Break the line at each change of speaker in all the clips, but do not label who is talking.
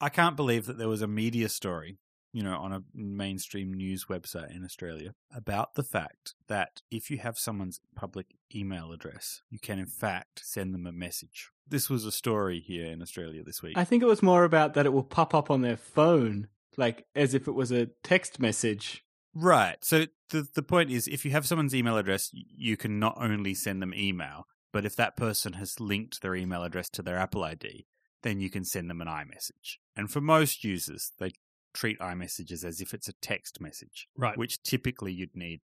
I can't believe that there was a media story, you know, on a mainstream news website in Australia about the fact that if you have someone's public email address, you can in fact send them a message. This was a story here in Australia this week.
I think it was more about that it will pop up on their phone, like as if it was a text message.
Right. So the the point is, if you have someone's email address, y- you can not only send them email, but if that person has linked their email address to their Apple ID, then you can send them an iMessage. And for most users, they treat iMessages as if it's a text message,
Right.
which typically you'd need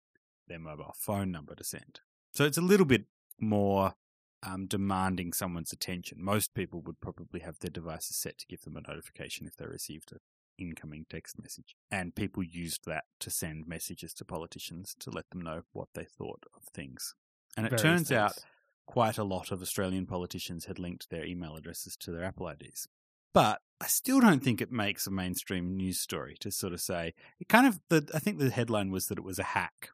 their mobile phone number to send. So it's a little bit more um, demanding someone's attention. Most people would probably have their devices set to give them a notification if they received a incoming text message. And people used that to send messages to politicians to let them know what they thought of things. And it
Various
turns
things.
out quite a lot of Australian politicians had linked their email addresses to their Apple IDs. But I still don't think it makes a mainstream news story to sort of say it kind of the I think the headline was that it was a hack.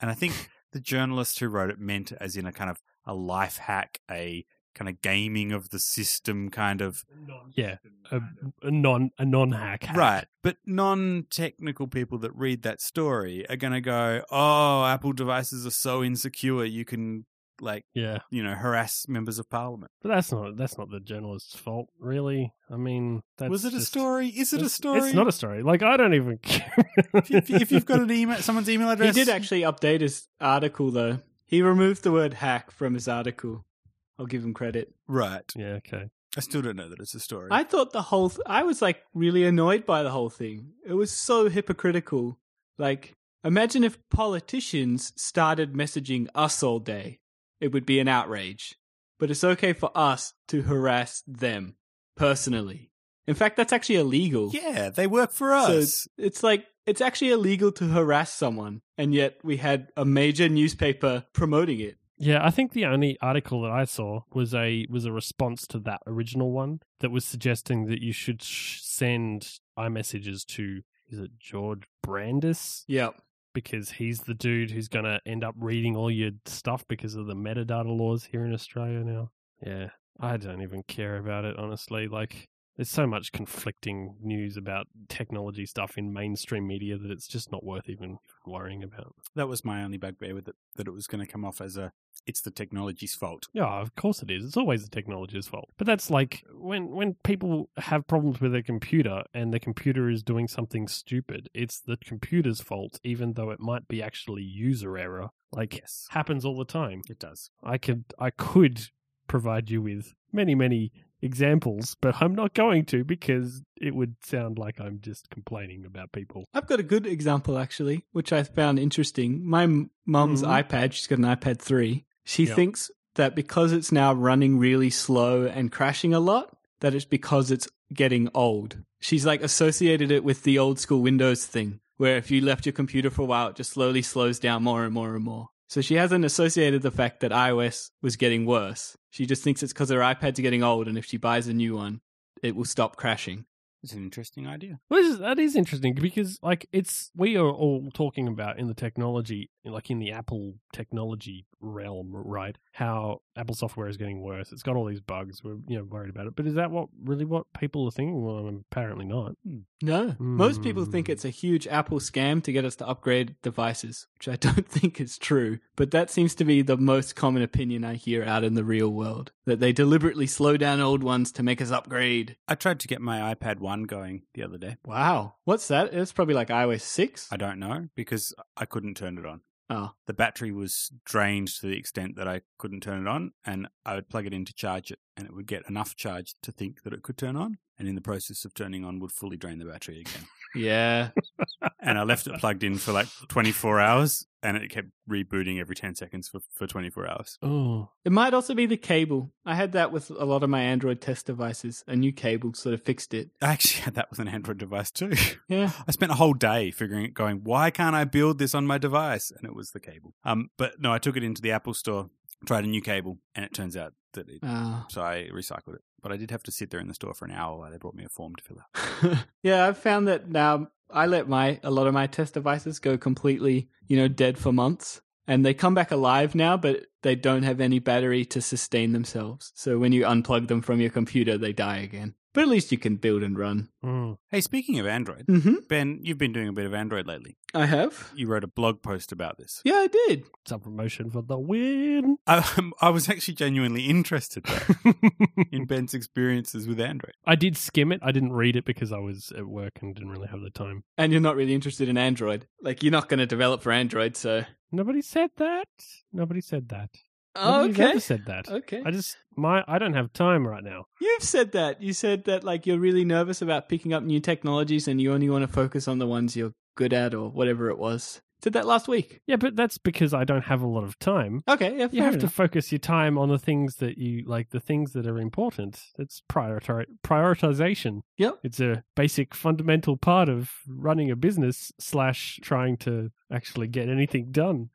And I think the journalist who wrote it meant it as in a kind of a life hack, a kind of gaming of the system kind of
Yeah, a, a non a non hack.
Right. But non technical people that read that story are going to go, oh, Apple devices are so insecure, you can, like,
Yeah,
you know, harass members of parliament.
but that's not that's not the journalist's fault, really. I mean, that's
Was it a
just-
story? Is it a
it's-
story?
It's not a story. Like I don't even care.
if, if you've got an email, someone's email
He
address.
did actually update his article though. He removed the word hack from his article. I'll give him credit.
Right.
yeah. Okay.
I still don't know that it's a story.
I thought the whole th- I was like really annoyed by the whole thing. It was so hypocritical. Like imagine if politicians started messaging us all day. It would be an outrage. But it's okay for us to harass them personally. In fact, that's actually illegal.
yeah, they work for us.
So it's like it's actually illegal to harass someone, and yet we had a major newspaper promoting it.
Yeah, I think the only article that I saw was a was a response to that original one that was suggesting that you should sh- send iMessages to is it George Brandis
Yeah.
because he's the dude who's going to end up reading all your stuff because of the metadata laws here in Australia now. Yeah, I don't even care about it, honestly. Like, there's so much conflicting news about technology stuff in mainstream media that it's just not worth even worrying about.
that was my only bugbear with it, that it was going to come off as a, it's the technology's fault.
Yeah, of course it is. It's always the technology's fault. But that's like when when people have problems with their computer and the computer is doing something stupid, it's the computer's fault, even though it might be actually user error. Like
Yes.
happens all the time.
It does.
I could I could provide you with many many examples, but I'm not going to because it would sound like I'm just complaining about people.
I've got a good example actually, which I found interesting. My m- mum's
Mhm.
iPad, she's got an iPad 3. She
Yep.
thinks that because it's now running really slow and crashing a lot, that it's because it's getting old. She's like associated it with the old school Windows thing, where if you left your computer for a while, it just slowly slows down more and more and more. So she hasn't associated the fact that iOS was getting worse. She just thinks it's because her iPads are getting old, and if she buys a new one, it will stop crashing.
It's an interesting idea.
Well, this is- that is interesting because like it's we are all talking about in the technology like in the Apple technology realm, right? How Apple software is getting worse. It's got all these bugs. We're you know worried about it. But is that what really what people are thinking? Well, apparently not.
No. Most people
Hmm.
think it's a huge Apple scam to get us to upgrade devices, which I don't think is true. But that seems to be the most common opinion I hear out in the real world that they deliberately slow down old ones to make us upgrade.
I tried to get my iPad 1 going the other day.
Wow. What's that? It's probably like iOS 6.
I don't know because I couldn't turn it on.
Oh.
The battery was drained to the extent that I couldn't turn it on, and I would plug it in to charge it, and it would get enough charge to think that it could turn on, and in the process of turning on, would fully drain the battery again.
Yeah.
and I left it plugged in for like 24 hours, and it kept rebooting every 10 seconds for, for 24 hours.
Oh,
it might also be the cable. I had that with a lot of my Android test devices. A new cable sort of fixed it.
I actually had that with an Android device too.
Yeah.
I spent a whole day figuring it, going, why can't I build this on my device? And it was the cable. Um, but no, I took it into the Apple store, tried a new cable, and it turns out that it
Uh,
so I recycled it. But I did have to sit there in the store for an hour while they brought me a form to fill out.
yeah, I've found that now I let my a lot of my test devices go completely, you know, dead for months. And they come back alive now, but they don't have any battery to sustain themselves. So when you unplug them from your computer, they die again. But at least you can build and run.
Mm.
Hey, speaking of Android,
Mm-hmm.
Ben, you've been doing a bit of Android lately.
I have.
You wrote a blog post about this.
Yeah, I did.
Sub promotion for the win.
I, um, I was actually genuinely interested though, in Ben's experiences with Android.
I did skim it. I didn't read it because I was at work and didn't really have the time.
And you're not really interested in Android. Like, you're not going to develop for Android, so.
Nobody said that. Nobody said that. Nobody's
Oh, Okay.
ever said that.
Okay.
I just my I don't have time right now.
You've said that. You said that, like, you're really nervous about picking up new technologies and you only want to focus on the ones you're good at or whatever it was. Did that last week.
Yeah, but that's because I don't have a lot of time.
Okay, yeah, fair
You have to
enough.
focus your time on the things that you like, the things that are important. It's priori- prioritization.
Yep.
It's a basic fundamental part of running a business slash trying to actually get anything done.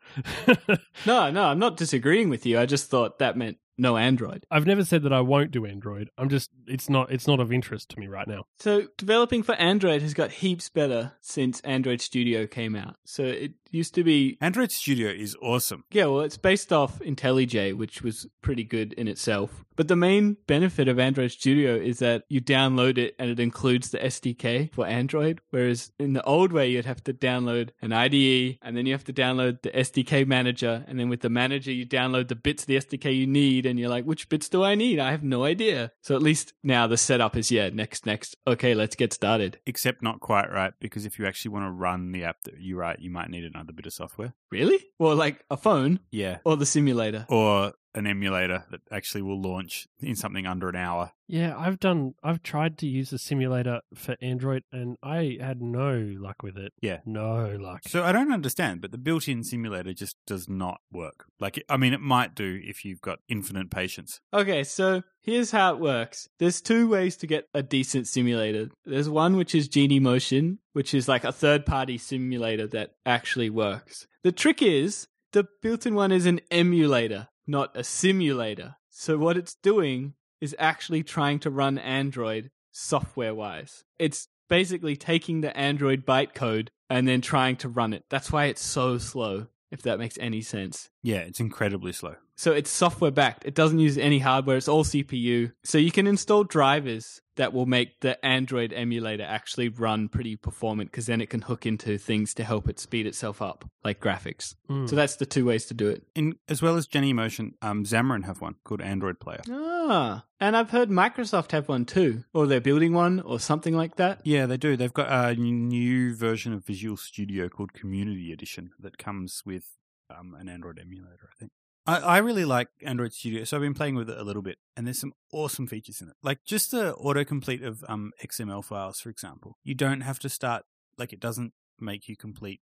No, no, I'm not disagreeing with you. I just thought that meant no Android.
I've never said that I won't do Android. I'm just it's not it's not of interest to me right now.
So developing for Android has got heaps better since Android Studio came out. So it used to be
Android Studio is awesome.
Yeah, well, it's based off IntelliJ, which was pretty good in itself. But the main benefit of Android Studio is that you download it and it includes the SDK for Android. Whereas in the old way, you'd have to download an IDE and then you have to download the SDK manager. And then with the manager, you download the bits of the SDK you need. And you're like, which bits do I need? I have no idea. So at least now the setup is, yeah, next, next. Okay, let's get started.
Except not quite right, because if you actually want to run the app that you write, you might need another bit of software.
Really? Well, like a phone
Yeah.
or the simulator.
Or an emulator that actually will launch in something under an hour.
Yeah, I've done. I've tried to use the simulator for Android, and I had no luck with it.
Yeah.
no luck.
So I don't understand, but the built in simulator just does not work. Like, I mean, it might do if you've got infinite patience.
Okay, so here's how it works. There's two ways to get a decent simulator. There's one which is Genie Motion, which is like a third party simulator that actually works. The trick is the built in one is an emulator, not a simulator. So what it's doing is actually trying to run Android software wise. It's basically taking the Android bytecode and then trying to run it. That's why it's so slow, if that makes any sense.
Yeah, it's incredibly slow.
So it's software backed. It doesn't use any hardware. It's all CPU. So you can install drivers that will make the Android emulator actually run pretty performant because then it can hook into things to help it speed itself up, like graphics.
Mm.
So that's the two ways to do it.
In, as well as Jenny Motion, um, Xamarin have one called Android Player.
Ah, and I've heard Microsoft have one too, or they're building one or something like that.
Yeah, they do. They've got a new version of Visual Studio called Community Edition that comes with um, an Android emulator, I think. I, I really like Android Studio, so I've been playing with it a little bit, and there's some awesome features in it. Like just the autocomplete of um, XML files, for example. You don't have to start, like, it doesn't make you complete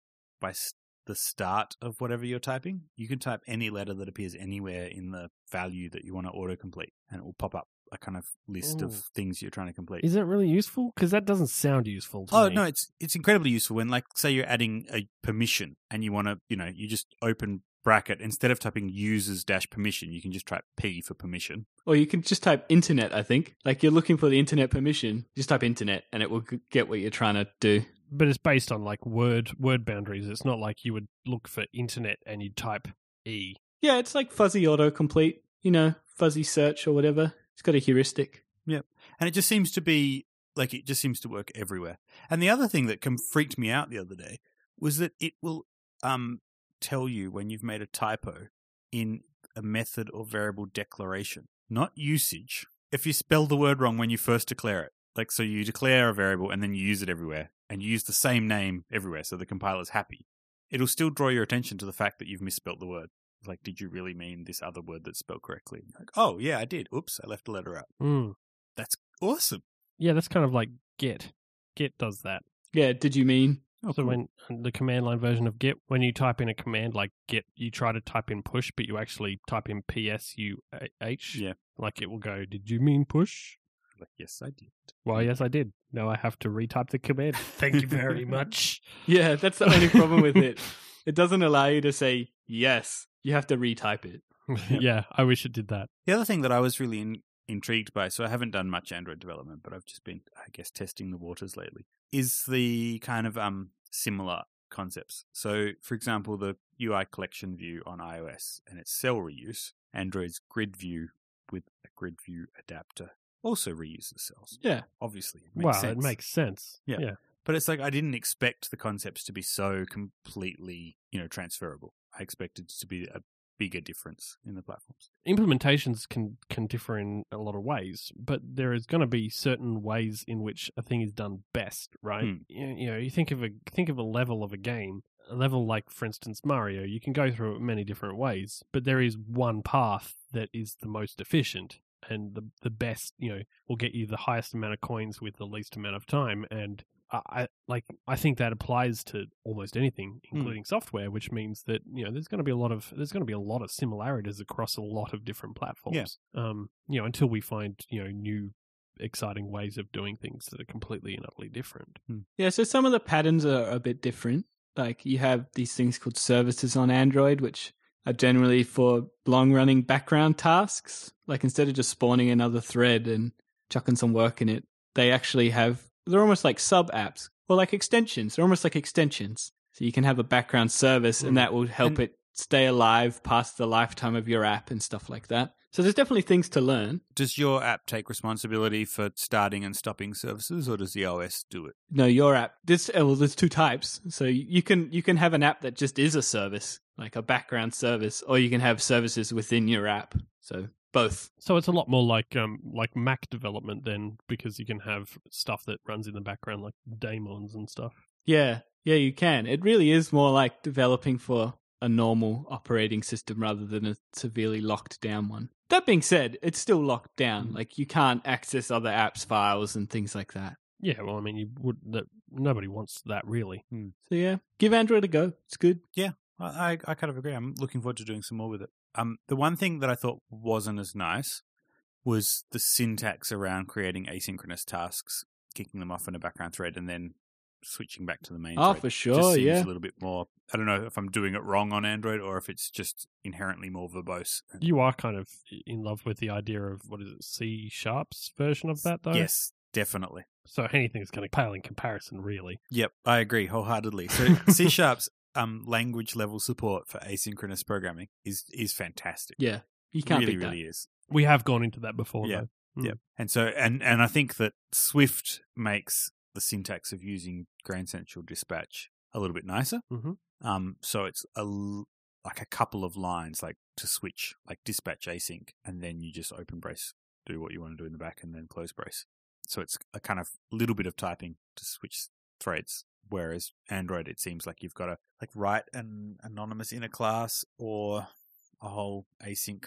by s the start of whatever you're typing. You can type any letter that appears anywhere in the value that you want to autocomplete, and it will pop up a kind of list
Ooh.
of things you're trying to complete.
Is it really useful? Because that doesn't sound useful to
Oh
me.
no, it's it's incredibly useful when, like, say you're adding a permission and you want to, you know, you just open bracket instead of typing users dash permission, you can just type p for permission.
Or you can just type internet, I think. Like you're looking for the internet permission, just type internet and it will g- get what you're trying to do.
but it's based on like word word boundaries. It's not like you would look for internet and you type e.
Yeah, it's like fuzzy autocomplete, you know, fuzzy search or whatever. It's got a heuristic.
And it just seems to be like it just seems to work everywhere. And the other thing that com- freaked me out the other day was that it will um tell you when you've made a typo in a method or variable declaration, not usage. If you spell the word wrong when you first declare it, like so you declare a variable and then you use it everywhere and you use the same name everywhere so the compiler's happy, it'll still draw your attention to the fact that you've misspelt the word. Like, did you really mean this other word that's spelled correctly? Like, oh yeah, I did. Oops, I left a letter out.
Mm.
Awesome.
Yeah, that's kind of like get. Get does that.
Yeah, did you mean?
Oh,
so
cool.
when the command line version of get, when you type in a command like get, you try to type in push, but you actually type in p s u h.
Yeah.
like it will go. Did you mean push?
Like, yes, I did.
Well, yes, I did. Now I have to retype the command. Thank you very much.
Yeah, that's the only problem with it. It doesn't allow you to say yes. You have to retype it.
yeah, I wish it did that.
The other thing that I was really in, intrigued by, so I haven't done much Android development, but I've just been, I guess, testing the waters lately, is the kind of um similar concepts. So, for example, the UI collection view on iOS and its cell reuse, Android's grid view with a grid view adapter also reuses cells.
Yeah.
Obviously. It makes
Well,
sense.
it makes sense.
Yeah.
yeah.
But it's like I didn't expect the concepts to be so completely, you know, transferable. I expected to be a bigger difference in the platforms.
implementations can can differ in a lot of ways, but there is going to be certain ways in which a thing is done best, right?
Hmm.
You, you know, you think of a think of a level of a game, a level like, for instance, Mario. You can go through it many different ways, but there is one path that is the most efficient and the the best. You know, will get you the highest amount of coins with the least amount of time, and I, I like I think that applies to almost anything,
Hmm.
including software, which means that you know there's going to be a lot of there's going to be a lot of similarities across a lot of different platforms. Um, you know, until we find you know new exciting ways of doing things that are completely and utterly different.
Yeah, so some of the patterns are a bit different. Like you have these things called services on Android, which are generally for long running background tasks. Like instead of just spawning another thread and chucking some work in it, they actually have, they're almost like sub apps or like extensions. They're almost like extensions. So you can have a background service
Hmm.
and that will help
And-
it stay alive past the lifetime of your app and stuff like that. So there's definitely things to learn.
Does your app take responsibility for starting and stopping services or does the OS do it?
No, your app. This oh, well, there's two types. So you can you can have an app that just is a service, like a background service, or you can have services within your app. So both.
So it's a lot more like um like Mac development then because you can have stuff that runs in the background like daemons and stuff.
Yeah, yeah, you can. It really is more like developing for a normal operating system rather than a severely locked down one. That being said, it's still locked
Mm.
down. Like you can't access other apps, files, and things like that.
Yeah, well, I mean, you would that nobody wants that really.
So yeah, give Android a go. It's good.
I, I I kind of agree. I'm looking forward to doing some more with it. Um, the one thing that I thought wasn't as nice was the syntax around creating asynchronous tasks, kicking them off in a background thread, and then switching back to the main.
Oh,
thread.
for
just
sure.
seems
Yeah.
a little bit more. I don't know if I'm doing it wrong on Android or if it's just inherently more verbose.
You are kind of in love with the idea of what is it, C sharp's version of that though.
Yes, definitely.
So anything's going to pale in comparison, really.
Yep, I agree wholeheartedly. So C sharp's um, language level support for asynchronous programming is is fantastic.
Yeah. You can't
really,
beat that.
really is.
We have gone into that before.
Yeah.
though.
And so, and and I think that Swift makes the syntax of using Grand Central Dispatch a little bit nicer.
Mhm.
Um, so it's a l- like a couple of lines, like to switch, like dispatch async, and then you just open brace, do what you want to do in the back, and then close brace. So it's a kind of little bit of typing to switch threads. Whereas Android, it seems like you've got to like write an anonymous inner class or a whole async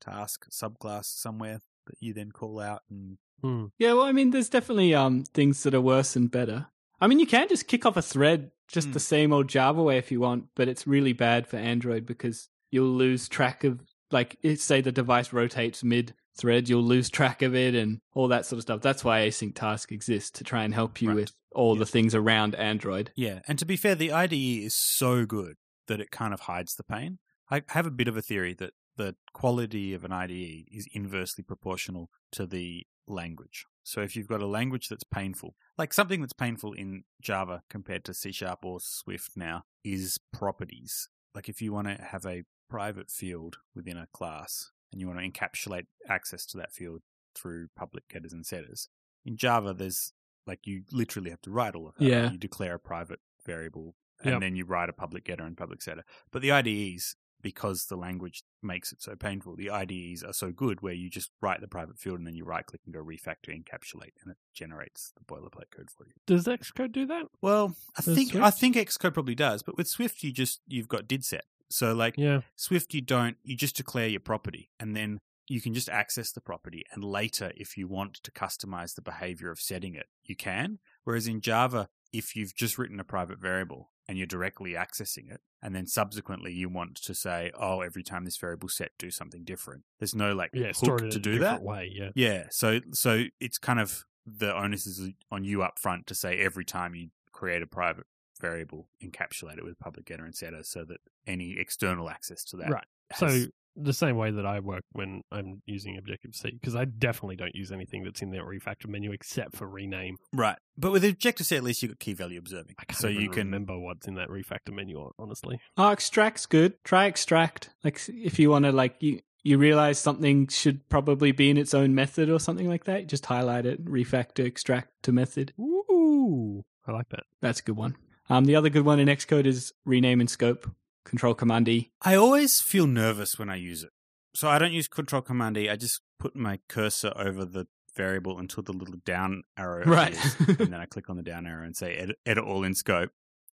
task subclass somewhere that you then call out and
Hmm.
Yeah, well, I mean, there's definitely um things that are worse and better. I mean, you can just kick off a thread just
Hmm.
the same old Java way if you want, but it's really bad for Android because you'll lose track of like if, say the device rotates mid thread, you'll lose track of it and all that sort of stuff. That's why async task exists to try and help you
Right.
with all
Yeah.
the things around Android.
Yeah, and to be fair, the IDE is so good that it kind of hides the pain. I have a bit of a theory that the quality of an IDE is inversely proportional to the language. So if you've got a language that's painful, like something that's painful in Java compared to C sharp or Swift now is properties. Like if you want to have a private field within a class and you want to encapsulate access to that field through public getters and setters. In Java there's like you literally have to write all of that.
Yeah.
You declare a private variable and
Yep.
then you write a public getter and public setter. But the IDEs, because the language makes it so painful, the IDEs are so good where you just write the private field and then you right click and go refactor encapsulate and it generates the boilerplate code for you.
Does Xcode do that?
Well, I
With
think I
Swift?
think Xcode probably does, but with Swift you just you've got did set. So like
Yeah.
Swift you don't you just declare your property and then you can just access the property and later if you want to customize the behavior of setting it, you can. Whereas in Java, if you've just written a private variable and you're directly accessing it, and then subsequently you want to say, oh, every time this variable set, do something different. There's no like
Yeah.
hook
Stored in
to
a
do
different
that.
way. Yeah.
Yeah. So so it's kind of the onus is on you up front to say every time you create a private variable, encapsulate it with public getter and setter so that any external access to that
Right.
has-
So the same way that I work when I'm using Objective C, because I definitely don't use anything that's in the refactor menu except for rename.
Right. But with Objective C at least you've got key value observing.
I can't
So
even
you can
remember what's in that
Ah,
refactor menu. hon- Honestly,
Oh, extract's good. Try extract. Like if you want to like you you realize something should probably be in its own method or something like that, just highlight it, refactor, extract to method.
Ooh, I like that.
That's a good one. Um, the other good one in Xcode is rename and scope, control command E.
I always feel nervous when I use it. So I don't use Control Command E. I just put my cursor over the variable until the little down arrow
Right.
appears. and then I click on the down arrow and say edit, edit all in scope,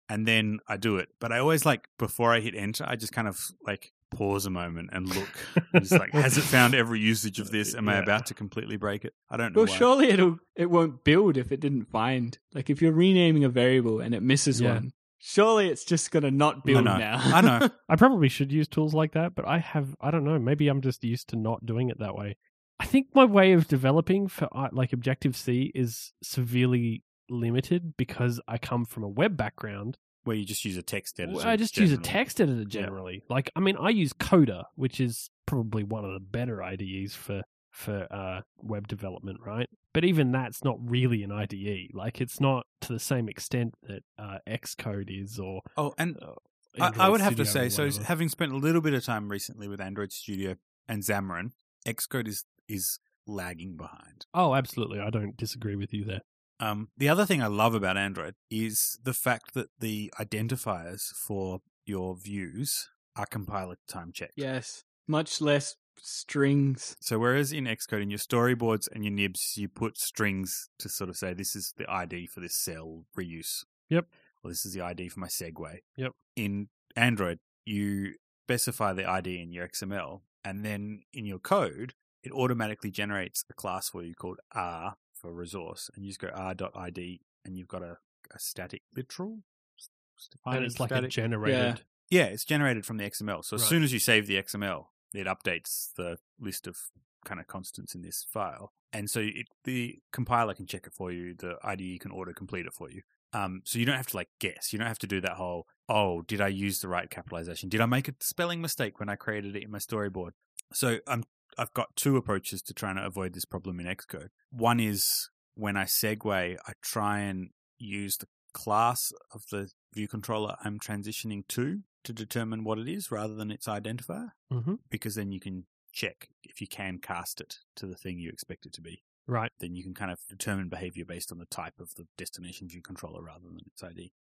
and then I do it. But I always like before I hit enter, I just kind of like pause a moment and look. And just like, has it found every usage of this? Am I
Yeah.
about to completely break it? I don't know.
Well,
why.
surely it'll it won't build if it didn't find. Like if you're renaming a variable and it misses
Yeah.
one, surely it's just gonna not
I
build
know.
now.
I know.
I probably should use tools like that, but I have I don't know, maybe I'm just used to not doing it that way. I think my way of developing for uh, like Objective C is severely limited because I come from a web background.
Where you just use a text editor.
Well, I just use a
generally.
text editor generally. Like I mean, I use Coda, which is probably one of the better IDEs for for uh, web development, right? But even that's not really an IDE. Like it's not to the same extent that uh, Xcode is or
Oh, and I, I
Android
would have to
uh, Studio
say,
or
so
whatever.
having spent a little bit of time recently with Android Studio and Xamarin, Xcode is is lagging behind.
Oh, absolutely. I don't disagree with you there.
Um, the other thing I love about Android is the fact that the identifiers for your views are compiler time checked.
yes. Much less strings.
So whereas in Xcode, in your storyboards and your nibs, you put strings to sort of say this is the ID for this cell reuse.
Yep.
Or this is the ID for my segue.
Yep.
In Android, you specify the ID in your XML, and then in your code, it automatically generates a class for you called R for resource, and you just go r.id, and you've got a, a static literal.
And it's like a
Static-
generated.
yeah, it's generated from the XML. So as
Right.
soon as you save the XML, it updates the list of kind of constants in this file, and so it, the compiler can check it for you. The IDE can auto complete it for you. Um, so you don't have to like guess. You don't have to do that whole oh, did I use the right capitalization? Did I make a spelling mistake when I created it in my storyboard? So I'm I've got two approaches to trying to avoid this problem in Xcode. One is when I segue, I try and use the class of the view controller I'm transitioning to to determine what it is rather than its identifier,
hmm
because then you can check if you can cast it to the thing you expect it to be.
Right.
Then you can kind of determine behavior based on the type of the destination view controller rather than its ID,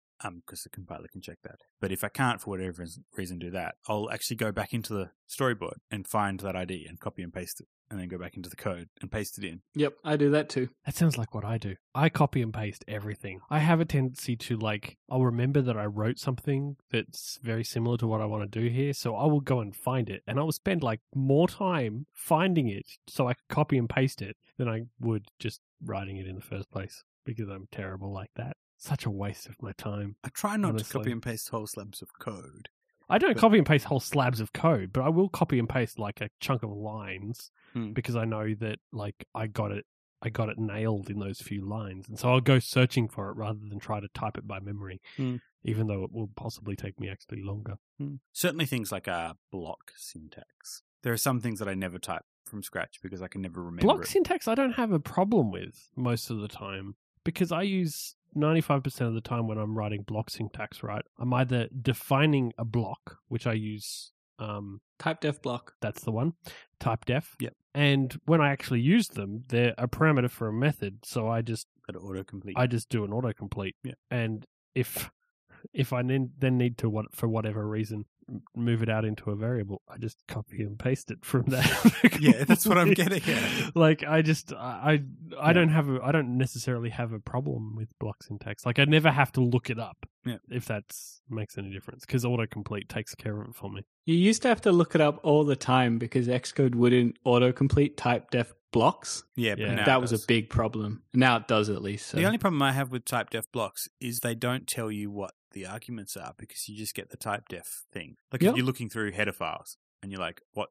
because the compiler can check that. But if I can't, for whatever reas- reason, do that, I'll actually go back into the storyboard and find that ID and copy and paste it, and then go back into the code and paste it in.
Yep, I do that too.
That sounds like what I do. I copy and paste everything. I have a tendency to like I'll remember that I wrote something that's very similar to what I want to do here, so I will go and find it and I will spend like more time finding it so I can copy and paste it than I would just writing it in the first place because I'm terrible like that. Such a waste of my time.
I try not to
Honestly.
copy and paste whole slabs of code.
I don't
But-
copy and paste whole slabs of code, but I will copy and paste like a chunk of lines
Hmm.
because I know that like I got it I got it nailed in those few lines. And so I'll go searching for it rather than try to type it by memory.
Hmm.
Even though it will possibly take me actually longer.
Certainly things like uh, block syntax. There are some things that I never type from scratch because I can never remember.
Block
it.
syntax I don't have a problem with most of the time because I use 95% of the time when I'm writing block syntax, right? I'm either defining a block, which I use um,
Type def block.
That's the one. Type def.
Yep.
And when I actually use them, they're a parameter for a method, so I just
that autocomplete.
I just do an autocomplete.
Yeah.
And if if I then then need to what for whatever reason m- move it out into a variable, I just copy and paste it from that.
Yeah, that's what I'm getting at.
Like I just I I, I
Yeah.
don't have a I don't necessarily have a problem with block syntax. Like I never have to look it up.
Yeah.
If that makes any difference, because autocomplete takes care of it for me.
You used to have to look it up all the time because Xcode wouldn't autocomplete type def blocks.
yeah, but
Yeah.
now it
that was
does.
a big problem. Now it does at least. So.
The only problem I have with type def blocks is they don't tell you what the arguments are because you just get the type def thing. Like
Yeah.
if you're looking through header files and you're like, what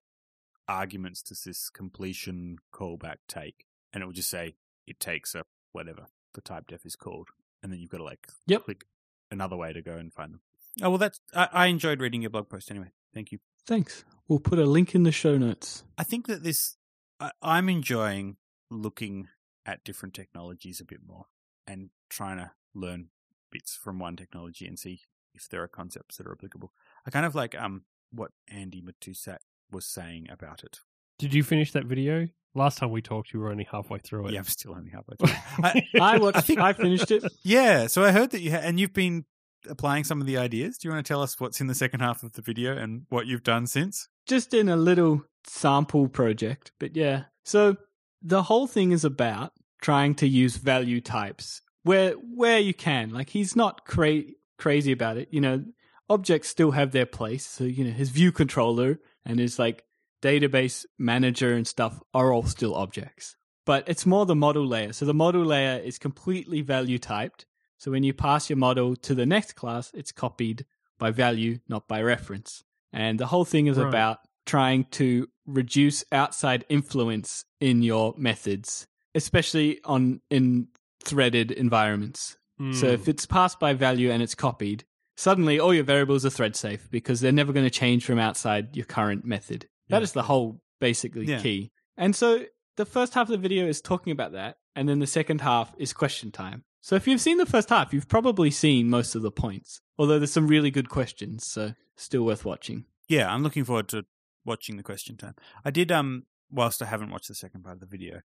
arguments does this completion callback take? And it will just say it takes a whatever the type def is called, and then you've got to like
Yep.
click another way to go and find them. Oh well, that's I, I enjoyed reading your blog post anyway. Thank you.
Thanks. We'll put a link in the show notes.
I think that this, I, I'm enjoying looking at different technologies a bit more and trying to learn bits from one technology and see if there are concepts that are applicable. I kind of like um what Andy Matusak was saying about it.
Did you finish that video? Last time we talked, you were only halfway through it.
Yeah, I'm still only halfway through. I,
I watched. I, finished it.
yeah, so I heard that you ha- and you've been applying some of the ideas. Do you want to tell us what's in the second half of the video and what you've done since?
just in a little sample project, but yeah. So the whole thing is about trying to use value types where where you can. Like he's not cra- crazy about it, you know. Objects still have their place, so you know his view controller and his like database manager and stuff are all still objects. But it's more the model layer. So the model layer is completely value typed. So when you pass your model to the next class, it's copied by value, not by reference. And the whole thing is
Right.
about trying to reduce outside influence in your methods, especially on in threaded environments. So
Mm.
if it's passed by value and it's copied, suddenly all your variables are thread safe because they're never going to change from outside your current method. That
Yeah.
is the whole basically
Yeah.
key. And so the first half of the video is talking about that, and then the second half is question time. So if you've seen the first half, you've probably seen most of the points. Although there's some really good questions, so still worth watching.
yeah, I'm looking forward to watching the question time. I did um whilst I haven't watched the second part of the video,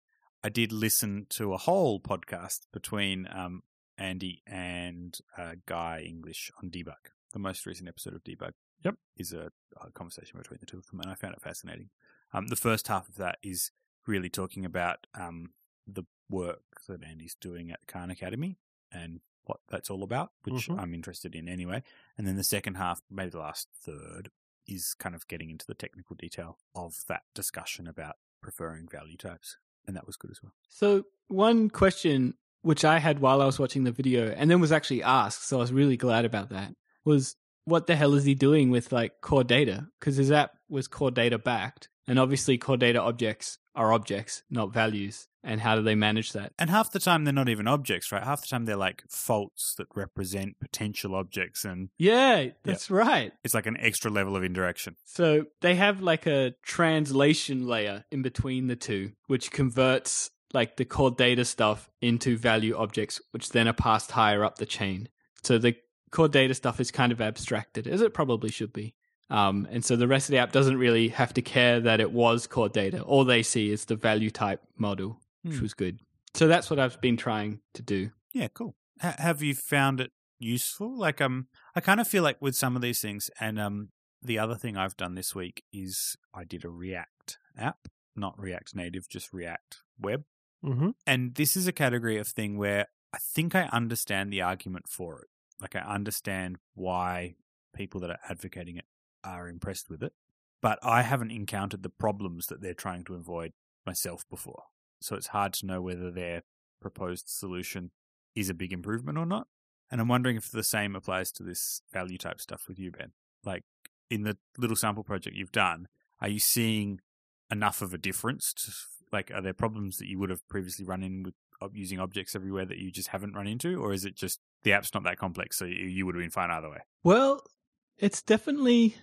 I did listen to a whole podcast between um Andy and uh, Guy English on debug. The most recent episode of debug.
Yep.
is a, a conversation between the two of them, and I found it fascinating. Um, the first half of that is really talking about um the work that Andy's doing at Khan Academy and what that's all about, which
Mhm.
I'm interested in anyway. And then the second half, maybe the last third, is kind of getting into the technical detail of that discussion about preferring value types. And that was good as well.
So one question which I had while I was watching the video and then was actually asked, so I was really glad about that, was what the hell is he doing with like core data? Because his app was core data backed, and obviously core data objects are objects, not values. And how do they manage that?
And half the time they're not even objects, right? Half the time they're like faults that represent potential objects and
Yeah, that's right.
it's like an extra level of interaction.
So they have like a translation layer in between the two, which converts like the core data stuff into value objects, which then are passed higher up the chain. So the core data stuff is kind of abstracted, as it probably should be. Um, and so the rest of the app doesn't really have to care that it was core data. All they see is the value type model, which
Hmm.
was good. So that's what I've been trying to do.
Yeah, cool. H- have you found it useful? Like, um, I kind of feel like with some of these things, and um, the other thing I've done this week is I did a React app, not React Native, just React Web.
Mhm.
and this is a category of thing where I think I understand the argument for it. Like I understand why people that are advocating it are impressed with it, but I haven't encountered the problems that they're trying to avoid myself before. So it's hard to know whether their proposed solution is a big improvement or not. And I'm wondering if the same applies to this value type stuff with you, Ben. Like in the little sample project you've done, are you seeing enough of a difference to like are there problems that you would have previously run in with ob- using objects everywhere that you just haven't run into or is it just the app's not that complex so you, you would have been fine either way
Well, it's definitely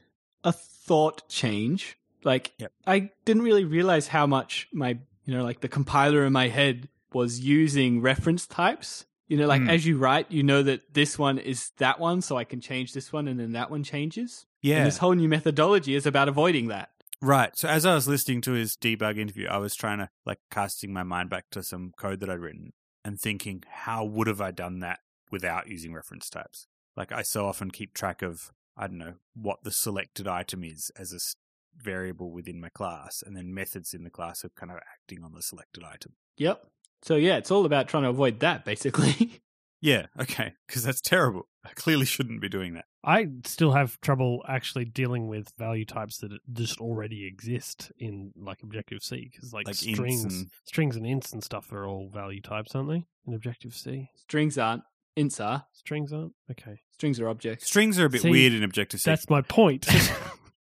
a thought change. Like
Yep.
I didn't really realize how much my you know like the compiler in my head was using reference types. You know, like
Hmm.
as you write, you know that this one is that one, so I can change this one, and then that one changes.
yeah
And this whole new methodology is about avoiding that.
right so as i was listening to his debug interview i was trying to like casting my mind back to some code that i'd written and thinking how would have i done that without using reference types like i so often keep track of i don't know what the selected item is as a s- variable within my class and then methods in the class are kind of acting on the selected item
Yep. So yeah, it's all about trying to avoid that basically.
Yeah, okay, because that's terrible. I clearly shouldn't be doing that.
I still have trouble actually dealing with value types that just already exist in like Objective C because like,
Like ints
strings,
and-
strings and ints and stuff are all value types, aren't they? In Objective C,
Strings aren't ints are.
strings aren't. Okay,
Strings are objects.
Strings are a bit
See,
weird in Objective C.
that's my point.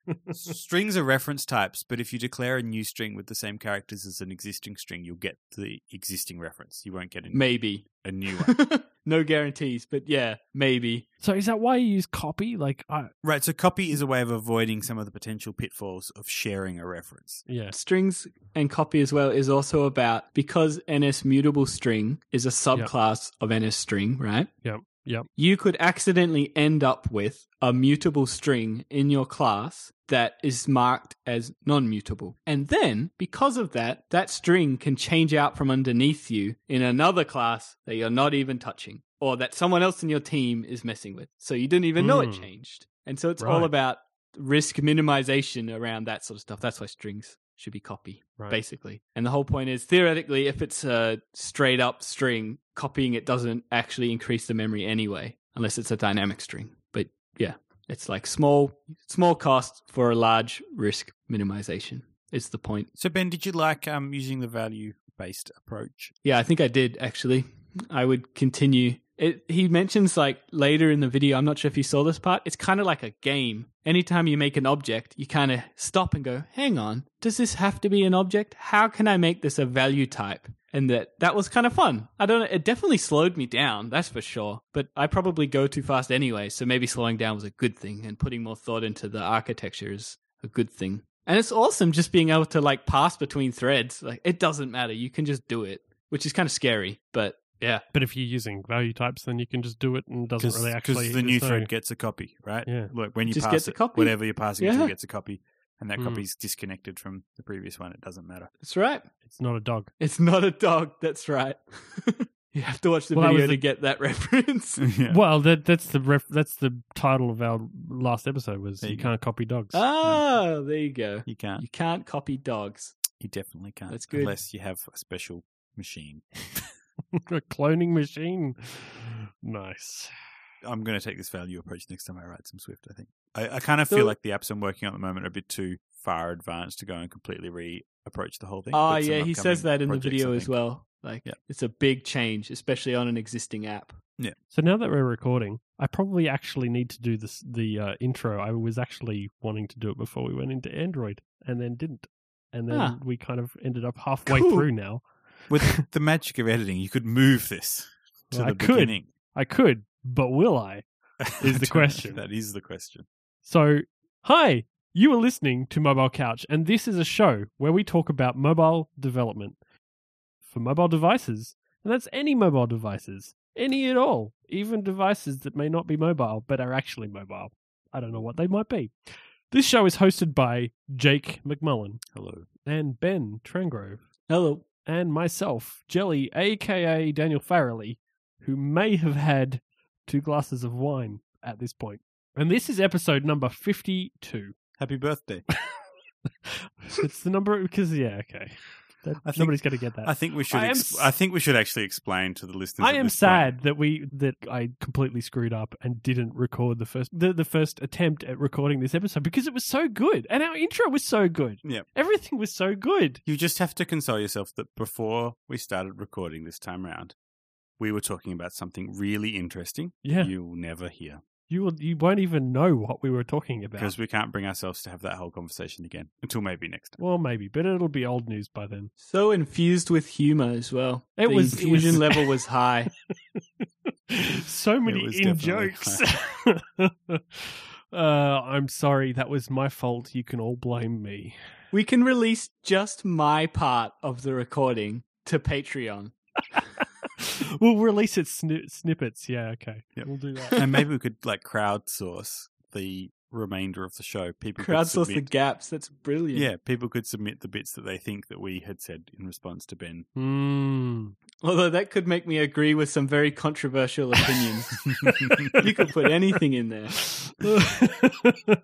Strings are reference types, but if you declare a new string with the same characters as an existing string, you'll get the existing reference. You won't get a,
Maybe.
a new one.
no guarantees, but yeah, maybe.
so is that why you use copy? Like, I
right, so copy is a way of avoiding some of the potential pitfalls of sharing a reference.
yeah.
strings and copy as well is also about because ns mutable string is a subclass of ns string right
Yep. Yep.
you could accidentally end up with a mutable string in your class that is marked as non mutable. And then, because of that, that string can change out from underneath you in another class that you're not even touching or that someone else in your team is messing with. So you didn't even know it
Hmm.
changed. And so it's all
Right.
about risk minimization around that sort of stuff. That's why strings should be copy
Right.
basically. And the whole point is theoretically, if it's a straight up string, copying it doesn't actually increase the memory anyway, unless it's a dynamic string. But yeah, it's like small, small cost for a large risk minimization is the point.
So Ben, did you like um, using the value based approach?
Yeah, I think I did actually. I would continue. It, he mentions like later in the video, I'm not sure if you saw this part, it's kind of like a game. Anytime you make an object, you kind of stop and go, hang on, does this have to be an object? How can I make this a value type? And that, that was kind of fun. I don't know. It definitely slowed me down, that's for sure. But I probably go too fast anyway. So maybe slowing down was a good thing and putting more thought into the architecture is a good thing. And it's awesome just being able to like pass between threads. Like it doesn't matter. You can just do it, which is kind of scary, but yeah.
But if you're using value types, then you can just do it and it doesn't really actually.
the new
there's no-
thread gets a copy, right?
Yeah.
Like when you
Just
pass
gets a
it,
copy.
whatever you're passing it
Yeah.
to gets a copy, and that
Mm.
copy's disconnected from the previous one. It doesn't matter.
That's right.
It's not a dog.
It's not a dog. That's right. you have to watch the
Well, that
video to
was Hmm. the-
get that reference.
Yeah.
Well, that that's the ref, that's the title of our last episode was
There
you
you go.
can't copy dogs.
ah, there you go.
You can't.
You can't copy dogs.
You definitely can't.
That's good.
Unless you have a special machine.
a cloning machine. Nice.
I'm going to take this value approach next time I write some Swift. I think I, I kind of
So-
feel like the apps I'm working on at the moment are a bit too far advanced to go and completely re-approach the whole thing.
Ah,
But some
yeah, he
upcoming
says that in the
projects, I
video as
think.
well. Like
Yeah.
it's a big change, especially on an existing app.
So now that we're recording, I probably actually need to do this the uh, intro. I was actually wanting to do it before we went into Android, and then didn't, and then
Ah.
we kind of ended up halfway
Cool.
through. Now
With the magic of editing, you could move this to
Well, I
the
could.
beginning.
I could, but will I?
I
the
don't know.
question.
That is the question.
So, hi, you are listening to Mobile Couch, and this is a show where we talk about mobile development for mobile devices. And that's any mobile devices, any at all, even devices that may not be mobile but are actually mobile. I don't know what they might be. This show is hosted by Jake McMullen
Hello.
and Ben Trangrove
Hello.
and myself, Jelly, aka Daniel Farrelly, who may have had two glasses of wine at this point. And this is episode number 52.
Happy birthday.
it's the number because yeah, okay. That,
I think-
nobody's going to get that.
I think we should.
I am
ex-
s-
I think we should actually explain to the listeners.
I
at
am
this point-
sad that we that I completely screwed up and didn't record the first the, the first attempt at recording this episode because it was so good and our intro was so good.
Yep.
Everything was so good.
You just have to console yourself that before we started recording this time round, we were talking about something really interesting.
Yeah. You,
You'll never hear
will you won't even know what we were talking about.
because we can't bring ourselves to have that whole conversation again until maybe next time.
Well, maybe, but it'll be old news by then.
So infused with humor as well.
It
the
was- it was-
infusion level was high.
so many
was
in
definitely
jokes. uh, I'm sorry, that was my fault. You can all blame me.
We can release just my part of the recording to Patreon.
we'll release it sni- snippets. Yeah, okay,
Yep.
we'll do that.
and maybe we could like crowdsource the remainder of the show. People could
Crowdsource the
submit-
gaps. That's brilliant.
Yeah, people could submit the bits that they think that we had said in response to Ben.
Mm.
Although that could make me agree with some very controversial opinions. you could put anything in there.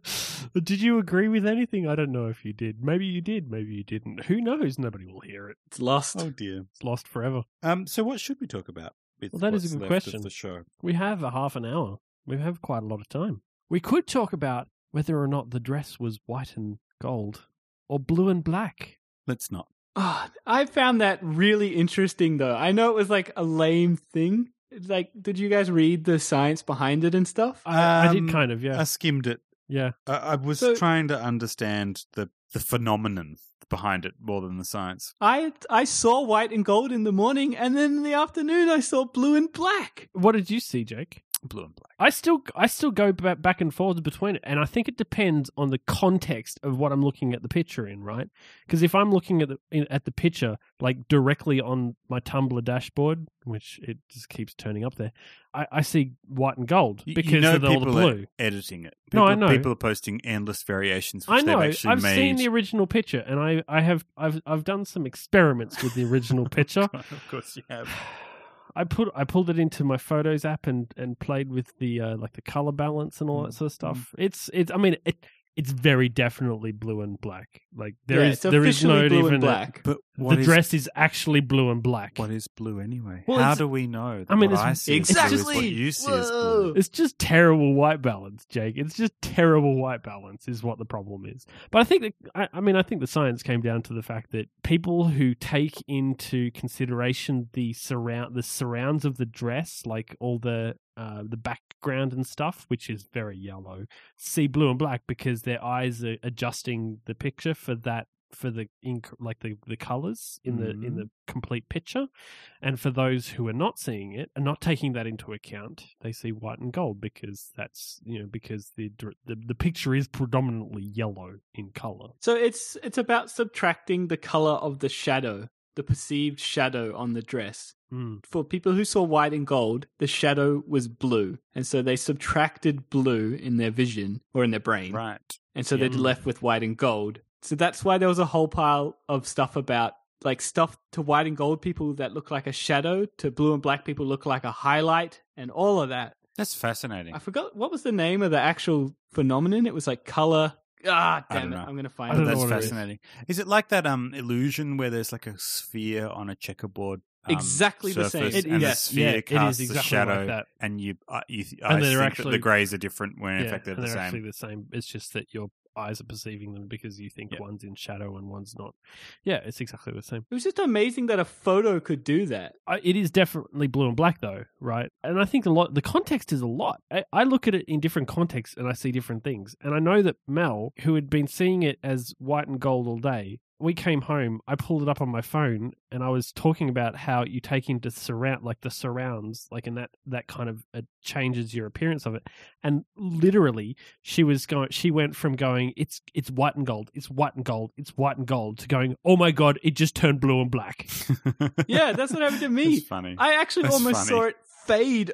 did you agree with anything? I don't know if you did. Maybe you did. Maybe you didn't. Who knows? Nobody will hear it.
It's lost.
oh dear.
It's lost forever.
Um. So what should we talk about? With
Well, that is a
what's
good
left of
question.
The show.
We have a half an hour. We have quite a lot of time. We could talk about whether or not the dress was white and gold or blue and black.
Let's not.
Ah, I found that really interesting, though. I know it was like a lame thing. Like, did you guys read the science behind it and stuff?
I, I
Um,
did kind of, yeah.
I skimmed it.
yeah.
I, I was
So-
trying to understand the the phenomenon behind it more than the science.
I I saw white and gold in the morning, and then in the afternoon I saw blue and black.
What did you see, Jake?
Blue and black.
I still I still go ba- back and forth between it, and I think it depends on the context of what I'm looking at the picture in, right? Because if I'm looking at the in, at the picture like directly on my Tumblr dashboard, which it just keeps turning up there, I, I see white and gold
You- you
because
know
of all the
people are
blue.
editing it.
No,
People,
I know.
People are posting endless variations. Which
I know.
They've actually
I've
made.
seen the original picture, and I, I have I've I've done some experiments with the original picture.
of course, you have.
I put I pulled it into my photos app and and played with the uh, like the color balance and all
Mm,
that sort of stuff. It's it's I mean it it's very definitely blue and black. Like there
yeah,
is
it's
there is
officially
no
blue
even
and
a-
black.
But
the
what is-
dress is actually blue and black.
What is blue anyway?
Well,
How
it's-
do we know? That
I mean,
what
it's-
I see is blue is what
Exactly.
you see is
Whoa.
blue.
It's just terrible white balance, Jake. It's just terrible white balance is what the problem is. But I think that I, I mean I think the science came down to the fact that people who take into consideration the surround the surrounds of the dress, like all the uh, the background and stuff, which is very yellow, see blue and black because their eyes are adjusting the picture for that for the inc- like the the colors in the in
Mhm.
the complete picture and for those who are not seeing it and not taking that into account they see white and gold because that's you know because the dir- the, the picture is predominantly yellow in color
So it's it's about subtracting the color of the shadow, the perceived shadow on the dress.
mm.
For people who saw white and gold, the shadow was blue, and so they subtracted blue in their vision or in their brain,
Right.
and so
Yeah.
they're left with white and gold. So that's why there was a whole pile of stuff about like stuff to white and gold people that look like a shadow, to blue and black people look like a highlight, and all of that.
That's fascinating.
I forgot what was the name of the actual phenomenon. It was like color. Ah,
I
damn
don't
it!
know.
I'm gonna
I
find
don't
it.
know
That's
what it is.
fascinating. Is. it like that um illusion where there's like a sphere on a checkerboard? um,
Exactly the same.
surface
It
and
is.
the sphere
yeah, it
casts
is
a
exactly
shadow,
like that
and you, I you, th-
And
I
they're
think that
actually-
the greys are different when in
Yeah,
fact they're
and
the
they're
same.
actually the same it's just that your eyes are perceiving them because you think
Yeah.
one's in shadow and one's not yeah it's exactly the same
It was just amazing that a photo could do that.
I- it is definitely blue and black though right and i think a lot the context is a lot I, I look at it in different contexts and i see different things and i know that mel who had been seeing it as white and gold all day we came home i pulled it up on my phone and i was talking about how you take into surround like the surrounds like and that that kind of uh changes your appearance of it and literally she was going she went from going it's it's white and gold it's white and gold it's white and gold to going oh my god it just turned blue and black
Yeah, that's what happened to me.
It's funny.
I actually
That's
almost
funny.
saw it fade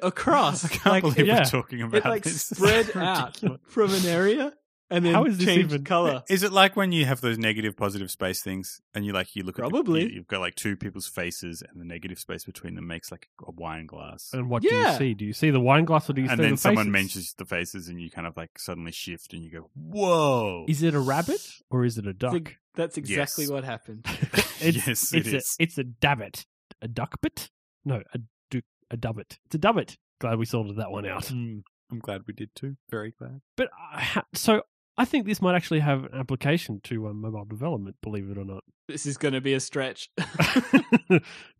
across.
I can't
like,
believe
it,
yeah.
we're talking about
it like
this.
spread out from an area and then
How is this
changed
even-
color.
Is it like when you have those negative positive space things and you like you look
Probably.
at the, you, have got like two people's faces and the negative space between them makes like a wine glass.
And what do you
Yeah.
see? Do you see the wine glass or do Oh, you
and
see
then
the
someone
faces?
mentions the faces and you kind of like suddenly shift and you go, "Whoa."
Is it a rabbit or is it a duck?
Like, that's exactly
Yes.
what happened.
yes,
It's- it's
it
a,
is.
It's a dabbit. A duckbit? No, a du- a dubbit. It's a dubbit. Glad we sorted that one out.
Mm, I'm glad we did too. Very glad.
But I ha- so I think this might actually have an application to uh, mobile development. Believe it or not.
This is going to be a stretch.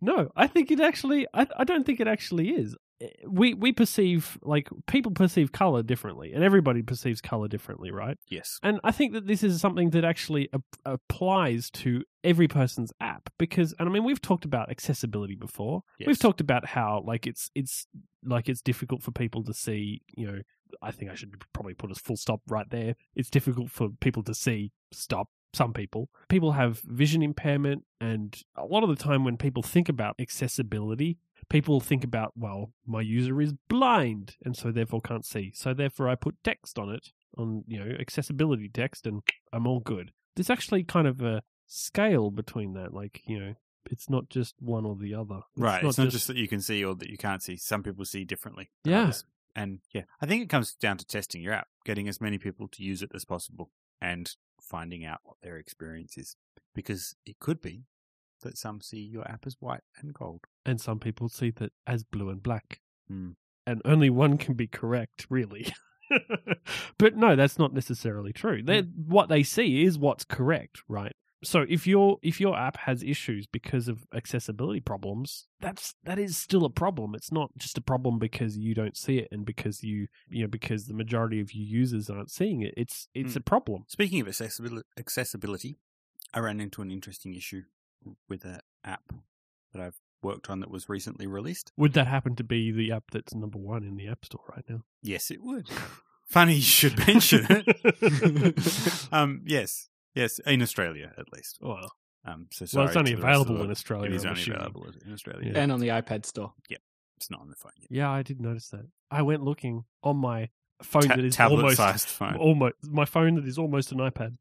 no, I think it actually. I, I don't think it actually is. Eh, We we perceive like people perceive color differently, and everybody perceives color differently, right?
Yes.
And I think that this is something that actually ap- applies to every person's app because, and I mean, we've talked about accessibility before. We've
Yes.
talked about how like it's it's like it's difficult for people to see. You know, I think I should probably put a full stop right there. It's difficult for people to see. Stop. Some people people have vision impairment, and a lot of the time when people think about accessibility, people think about, well, my user is blind and so therefore can't see. So therefore I put text on it, on, you know, accessibility text and I'm all good. There's actually kind of a scale between that. Like, you know, it's not just one or the other.
right. it's not just... that you can see or that you can't see. Some people see differently. than
Yeah.
others. And yeah, I think it comes down to testing your app, getting as many people to use it as possible, and finding out what their experience is, because it could be that some see your app as white and gold.
and some people see that as blue and black.
Hmm.
And only one can be correct, really. but no, that's not necessarily true. They
Mm.
What they see is what's correct, right? So if your if your app has issues because of accessibility problems, that's that is still a problem. It's not just a problem because you don't see it and because you you know because the majority of your users aren't seeing it. It's it's
Hmm.
a problem.
Speaking of accessibility, accessibility, I ran into an interesting issue with an app that I've worked on that was recently released?
Would that happen to be the app that's number one in the App Store right now?
Yes, it would. Funny you should mention it. um, yes, yes, in Australia at least.
Well,
Um, so sorry
well it's only
to the rest of
available
the-
in Australia.
It is
I'm
only
assuming.
available in Australia.
Yeah.
and on the iPad store.
It's not on the phone yet.
Yeah, I did notice that. I went looking on my phone that is almost
tablet-sized phone.
almost my phone that is almost an iPad.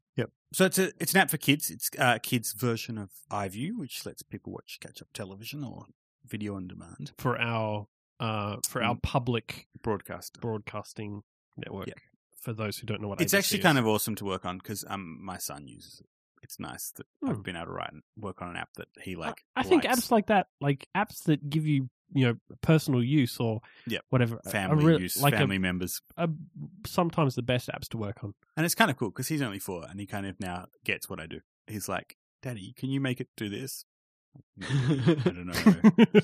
So it's a, it's an app for kids. It's a kids version of iView, which lets people watch catch up television or video on demand
for our uh, for our
Mm.
public
broadcast.
broadcasting network.
Yeah.
For those who don't know what
It's
ABC
actually
is.
kind of awesome to work on because um my son uses it. It's nice that
Hmm.
I've been able to write and work on an app that he like.
I, I think
likes.
apps like that, like apps that give you you know personal use or
Yeah.
whatever are
family
real-
use,
like a-
family members,
are sometimes the best apps to work on.
and it's kind of cool because he's only four and he kind of now gets what I do. He's like, "Daddy, can you make it do this?" I don't know.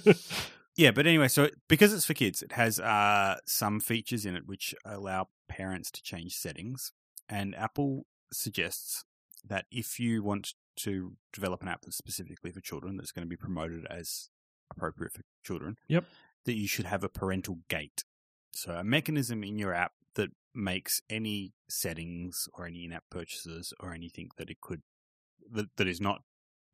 Yeah, but anyway, so because it's for kids, it has uh, some features in it which allow parents to change settings. And Apple suggests that if you want to develop an app that's specifically for children, that's going to be promoted as appropriate for children,
Yep.
that you should have a parental gate. So a mechanism in your app that makes any settings or any in-app purchases or anything that it could that, that is not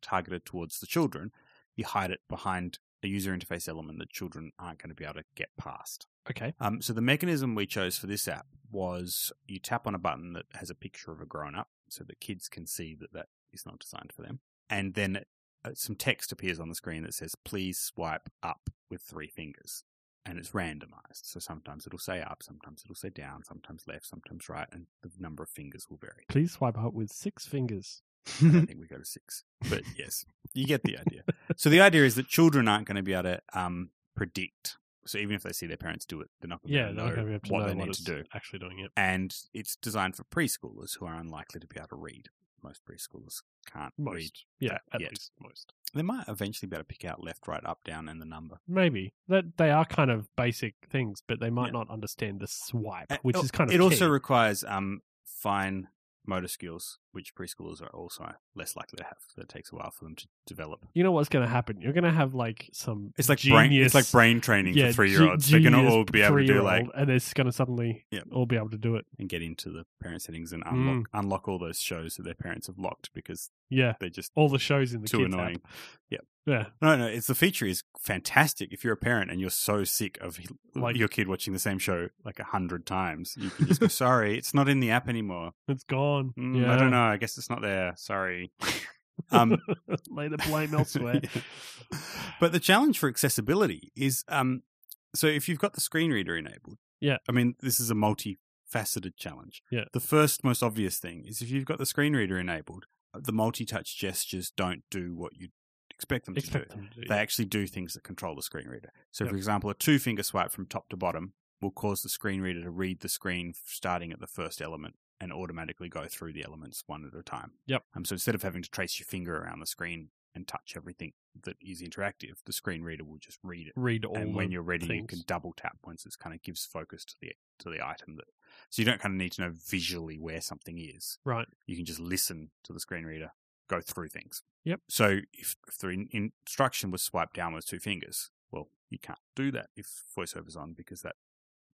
targeted towards the children, you hide it behind a user interface element that children aren't going to be able to get past.
okay.
Um, so the mechanism we chose for this app was you tap on a button that has a picture of a grown up so that kids can see that that is not designed for them. And then uh, some text appears on the screen that says, please swipe up with three fingers. And it's randomized. So sometimes it'll say up, sometimes it'll say down, sometimes left, sometimes right, and the number of fingers will vary.
Please swipe up with six fingers.
I don't think we go to six. But yes, you get the idea. So the idea is that children aren't going to be able to um, predict. So even if they see their parents do it, they're not going
Yeah,
to
they're going to
know
have to
what
know
they
what
need
it's
to do.
Actually doing it.
And it's designed for preschoolers who are unlikely to be able to read. Most preschoolers can't
Most.
read.
Yeah,
that
at
yet.
least most.
They might eventually be able to pick out left, right, up, down, and the number.
Maybe that they are kind of basic things, but they might
Yeah.
not understand the swipe,
Uh,
which
oh,
is kind of
It also
key.
requires um, fine motor skills, which preschoolers are also less likely to have. So it takes a while for them to develop.
you know what's going to happen. You're going to have like some.
It's like
genius,
brain. It's like brain training
yeah,
for three year olds.
ge-
They're gonna
genius
all be able to do like
three-year-old, and it's going to suddenly
Yep.
all be able to do it.
and get into the parent settings and unlock
Mm.
unlock all those shows that their parents have locked because
Yeah,
they're just
all the shows in the
Too
kids
annoying.
app.
Yep.
Yeah,
no no. It's the feature is fantastic. If you're a parent and you're so sick of he-
Like-
your kid watching the same show like a hundred times, you can just go, sorry, it's not in the app anymore.
it's gone.
Mm,
yeah.
I don't know. I guess it's not there. Sorry. Um,
Lay the blame elsewhere.
but the challenge for accessibility is um, so if you've got the screen reader enabled,
Yeah.
I mean, this is a multifaceted challenge.
Yeah.
The first most obvious thing is if you've got the screen reader enabled, the multi touch gestures don't do what you expect them to do
Expect them to. do
they
it.
actually do things that control the screen reader. So,
Yep.
for example, a two finger swipe from top to bottom will cause the screen reader to read the screen f- starting at the first element and automatically go through the elements one at a time.
Yep.
Um, so, instead of having to trace your finger around the screen and touch everything that is interactive, the screen reader will just read it.
read all.
and when
the
you're ready, you
things.
can double tap once it kind of gives focus to the to the item that. So you don't kind of need to know visually where something is
right,
you can just listen to the screen reader go through things.
Yep.
So if, if the in- instruction was swipe down with two fingers, well, you can't do that if voiceover's on because that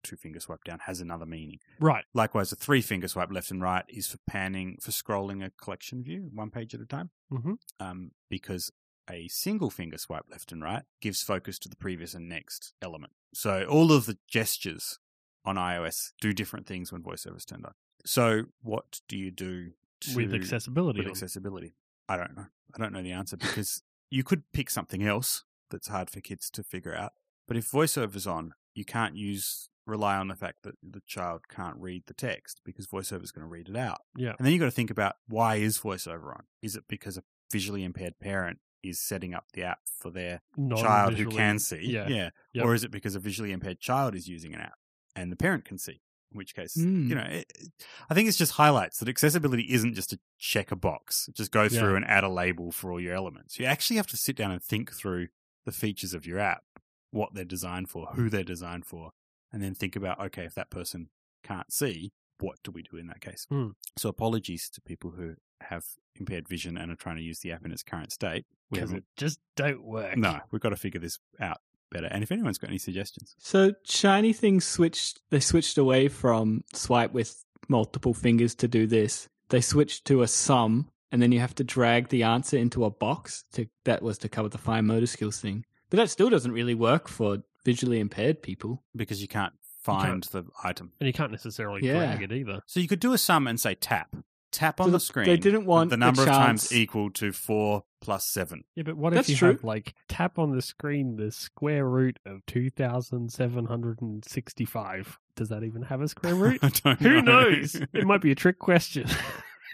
two finger swipe down has another meaning.
right,
Likewise, a three finger swipe left and right is for panning, for scrolling a collection view one page at a time.
Mhm.
Um, because a single finger swipe left and right gives focus to the previous and next element. So all of the gestures on iOS do different things when voiceover is turned on. So what do you do to
with accessibility.
with
on.
accessibility? I don't know. I don't know the answer because you could pick something else that's hard for kids to figure out. But if voiceover's on, you can't use rely on the fact that the child can't read the text because voiceover's going to read it out.
Yeah.
And then you got to think about why is voiceover on? Is it because a visually impaired parent is setting up the app for their child who
Non-visually-
can see?
Yeah.
yeah.
Yep.
Or is it because a visually impaired child is using an app and the parent can see? In which case,
Mm.
you know, it, it- I think it's just highlights that accessibility isn't just to check a box, just go through
Yeah.
and add a label for all your elements. You actually have to sit down and think through the features of your app, what they're designed for, who they're designed for, and then think about, okay, if that person can't see, what do we do in that case?
Mm.
So apologies to people who have impaired vision and are trying to use the app in its current state. We
because
haven't-
it just don't work.
Mm-hmm. no, we've got to figure this out better. And if anyone's got any suggestions,
So shiny things switched. They switched away from swipe with multiple fingers to do this. They switched to a sum, and then you have to drag the answer into a box. To, that was to cover the fine motor skills thing, but that still doesn't really work for visually impaired people.
because you can't find the item.
and you can't necessarily
Yeah.
drag it either.
So you could do a sum and say tap. Tap on
So
the
th-
screen.
they didn't
with
want
the
the
number of
chance-
times equal to four plus seven.
Yeah, but what
That's
if you
true.
have like tap on the screen the square root of two thousand seven hundred and sixty-five? Does that even have a square root?
I don't
Who
know.
knows? It might be a trick question.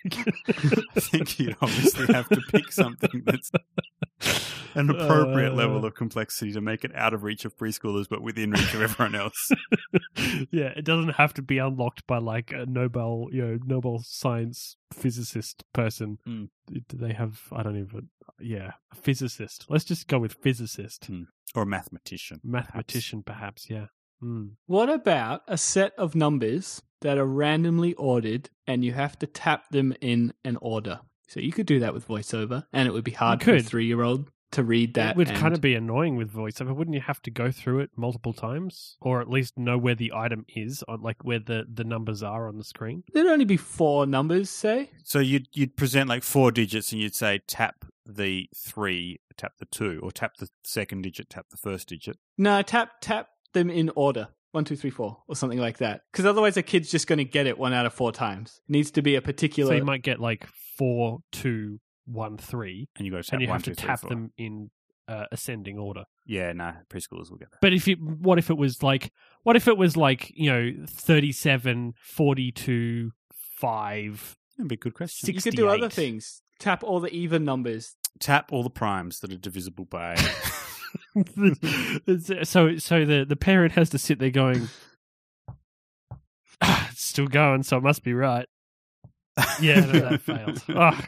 I think you'd obviously have to pick something that's an
Uh,
appropriate level of complexity to make it out of reach of preschoolers, but within reach of everyone else.
yeah, it doesn't have to be unlocked by like a Nobel, you know, Nobel science physicist person.
Mm.
Do they have? I don't even. Yeah, a physicist. Let's just go with physicist,
Mm. Or a mathematician.
mathematician, perhaps. yeah. Mm.
What about a set of numbers that are randomly ordered, and you have to tap them in an order? So you could do that with voiceover, and it would be hard for a
could.
three-year-old to read that.
That would
and-
kind of be annoying with voiceover. Wouldn't you have to go through it multiple times, or at least know where the item is, on like where the the numbers are on the screen?
There'd only be four numbers, say.
So you'd you'd present like four digits and you'd say tap the three, tap the two, or tap the second digit, tap the first digit.
No, tap tap them in order. One, two, three, four, or something like that. Because otherwise, a kid's just going to get it one out of four times. It needs to be a particular.
So you might get like four, two, one, three,
And you got to tap
and you
one,
have to
two, three,
tap
four.
them in uh, ascending order.
Yeah, no, preschoolers will get that.
But if it, what if it was like, what if it was like, you know, 37, 42, 5.
That'd be a good question.
you could do other
68.
things. Tap all the even numbers.
Tap all the primes that are divisible by
so so the, the parent has to sit there going, "Ah, it's still going, so it must be right. Yeah, no, that failed. Ah,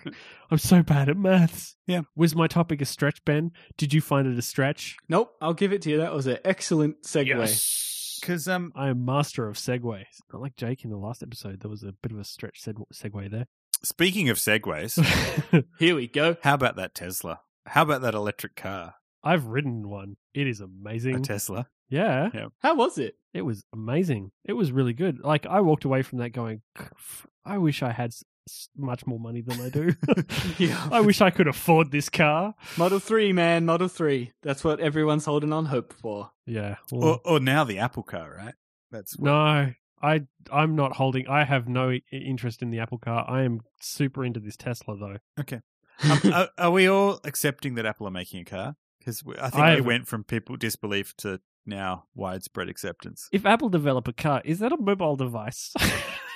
I'm so bad at maths.
Yeah.
Was my topic a stretch, Ben? Did you find it a stretch?
Nope, I'll give it to you. That was an excellent segue.
Because um,
I am master of segues. Not like Jake in the last episode. There was a bit of a stretch seg- segue there.
speaking of segways,
Here we go.
how about that Tesla? How about that electric car?
I've ridden one. It is
A
amazing.
Tesla.
yeah,
How was it?
it was amazing. It was really good. Like I walked away from that going, "F- I wish I had s- s- much more money than I do.
Yeah.
I wish I could afford this car.
Model 3, man. Model 3. That's what everyone's holding on hope for.
Yeah.
Or, or now the Apple car, right? That's what-
no, I I'm not holding. I have no i- interest in the Apple car. I am super into this Tesla though.
Um, are, are we all accepting that Apple are making a car? Because I think we
I haven't-
went from people disbelief to now widespread acceptance.
If Apple develop a car, is that a mobile device?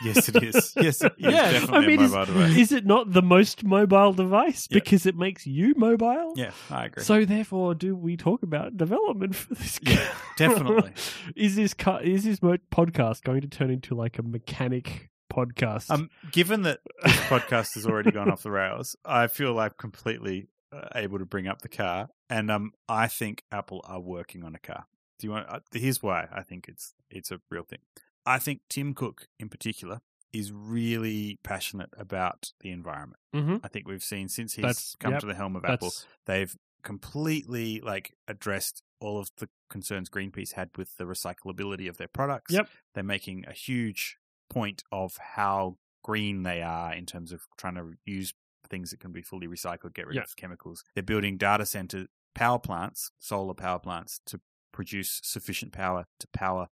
Yes, it is. Yes, it is
Yes.
definitely
I mean,
a
is-
mobile device.
Is it not the most mobile device
Yeah.
because it makes you mobile?
Yeah, I agree.
So therefore, do we talk about development for this?
Yeah,
car?
definitely.
is this car, is this mo- podcast going to turn into like a mechanic podcast?
um, given that this podcast has already gone off the rails, I feel like completely uh, able to bring up the car, and um, I think Apple are working on a car. Do you want? Uh, here's why I think it's it's a real thing. I think Tim Cook, in particular, is really passionate about the environment.
Mhm.
I think we've seen since he's
That's-
come
yep,
to the helm of Apple,
That's-
they've completely like addressed all of the concerns Greenpeace had with the recyclability of their products.
Yep.
They're making a huge point of how green they are in terms of trying to use things that can be fully recycled, get rid
Yeah.
of chemicals. They're building data center power plants, solar power plants to produce sufficient power to power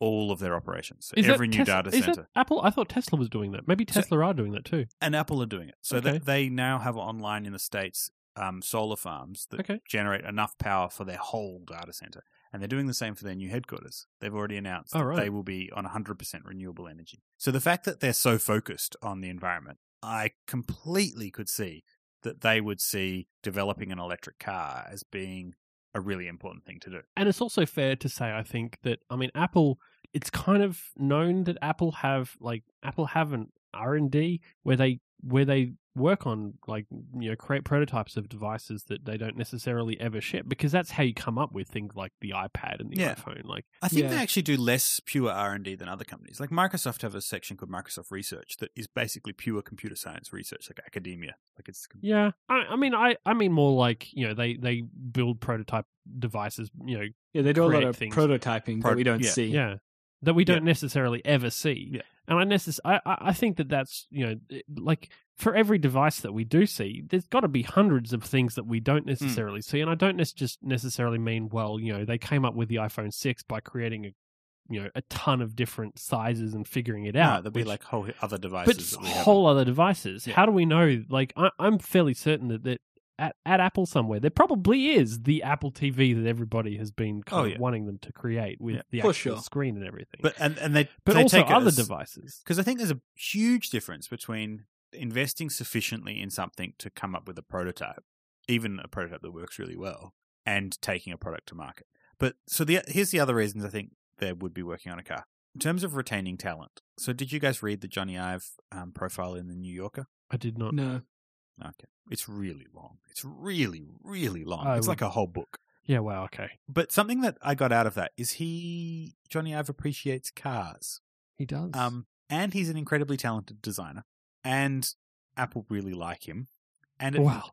all of their operations. So
is that
every new
Tesla-
data
is that
center.
Apple, I thought Tesla was doing that. Maybe
So-
Tesla are doing that too.
and Apple are doing it. So
Okay.
that they now have online in the states um, solar farms that
Okay.
generate enough power for their whole data center, and they're doing the same for their new headquarters. They've already announced
Oh,
that
right.
they will be on 100% renewable energy. So the fact that they're so focused on the environment, I completely could see that they would see developing an electric car as being a really important thing to do.
And it's also fair to say, I think that I mean, Apple. It's kind of known that Apple have like Apple have an R and D where they where they work on like you know create prototypes of devices that they don't necessarily ever ship because that's how you come up with things like the iPad and the
Yeah.
iPhone. Like
I think
Yeah.
they actually do less pure R and D than other companies. Like Microsoft have a section called Microsoft Research that is basically pure computer science research, like academia. Like it's
yeah, I, I mean I I mean more like you know they they build prototype devices you know
Yeah, they do a lot
create
of
things.
prototyping
Pro-
that we don't
yeah,
see.
yeah that we
Yeah.
don't necessarily ever see
Yeah.
and i necess- I, I I think that that's you know it- like for every device that we do see there's got to be hundreds of things that we
Hmm.
don't necessarily see and i don't nes- just necessarily mean well you know they came up with the iphone 6 by creating a you know a ton of different sizes and figuring it
yeah,
out
no, there'll be
which-
like whole other devices.
but it's
that we haven't-
whole other devices
Yeah.
how do we know like I, i'm fairly certain that that at, at Apple somewhere, there probably is the Apple TV that everybody has been kind
Oh,
of
yeah.
wanting them to create with
Yeah.
the
For
actual
sure.
screen and everything
But and and they
but
they
also
take it
other
as-
devices.
Because I think there's a huge difference between investing sufficiently in something to come up with a prototype, even a prototype that works really well, and taking a product to market. But so the here's the other reasons I think there would be working on a car in terms of retaining talent. So did you guys read the Johnny Ive um, profile in the New Yorker?
I did not.
No.
Okay, it's really long. It's really really long.
I
it's
would-
like a whole book.
Yeah. Wow. Okay.
But something that I got out of that is he Johnny Ive appreciates cars.
He does.
Um, and he's an incredibly talented designer. And Apple really like him. And at,
wow.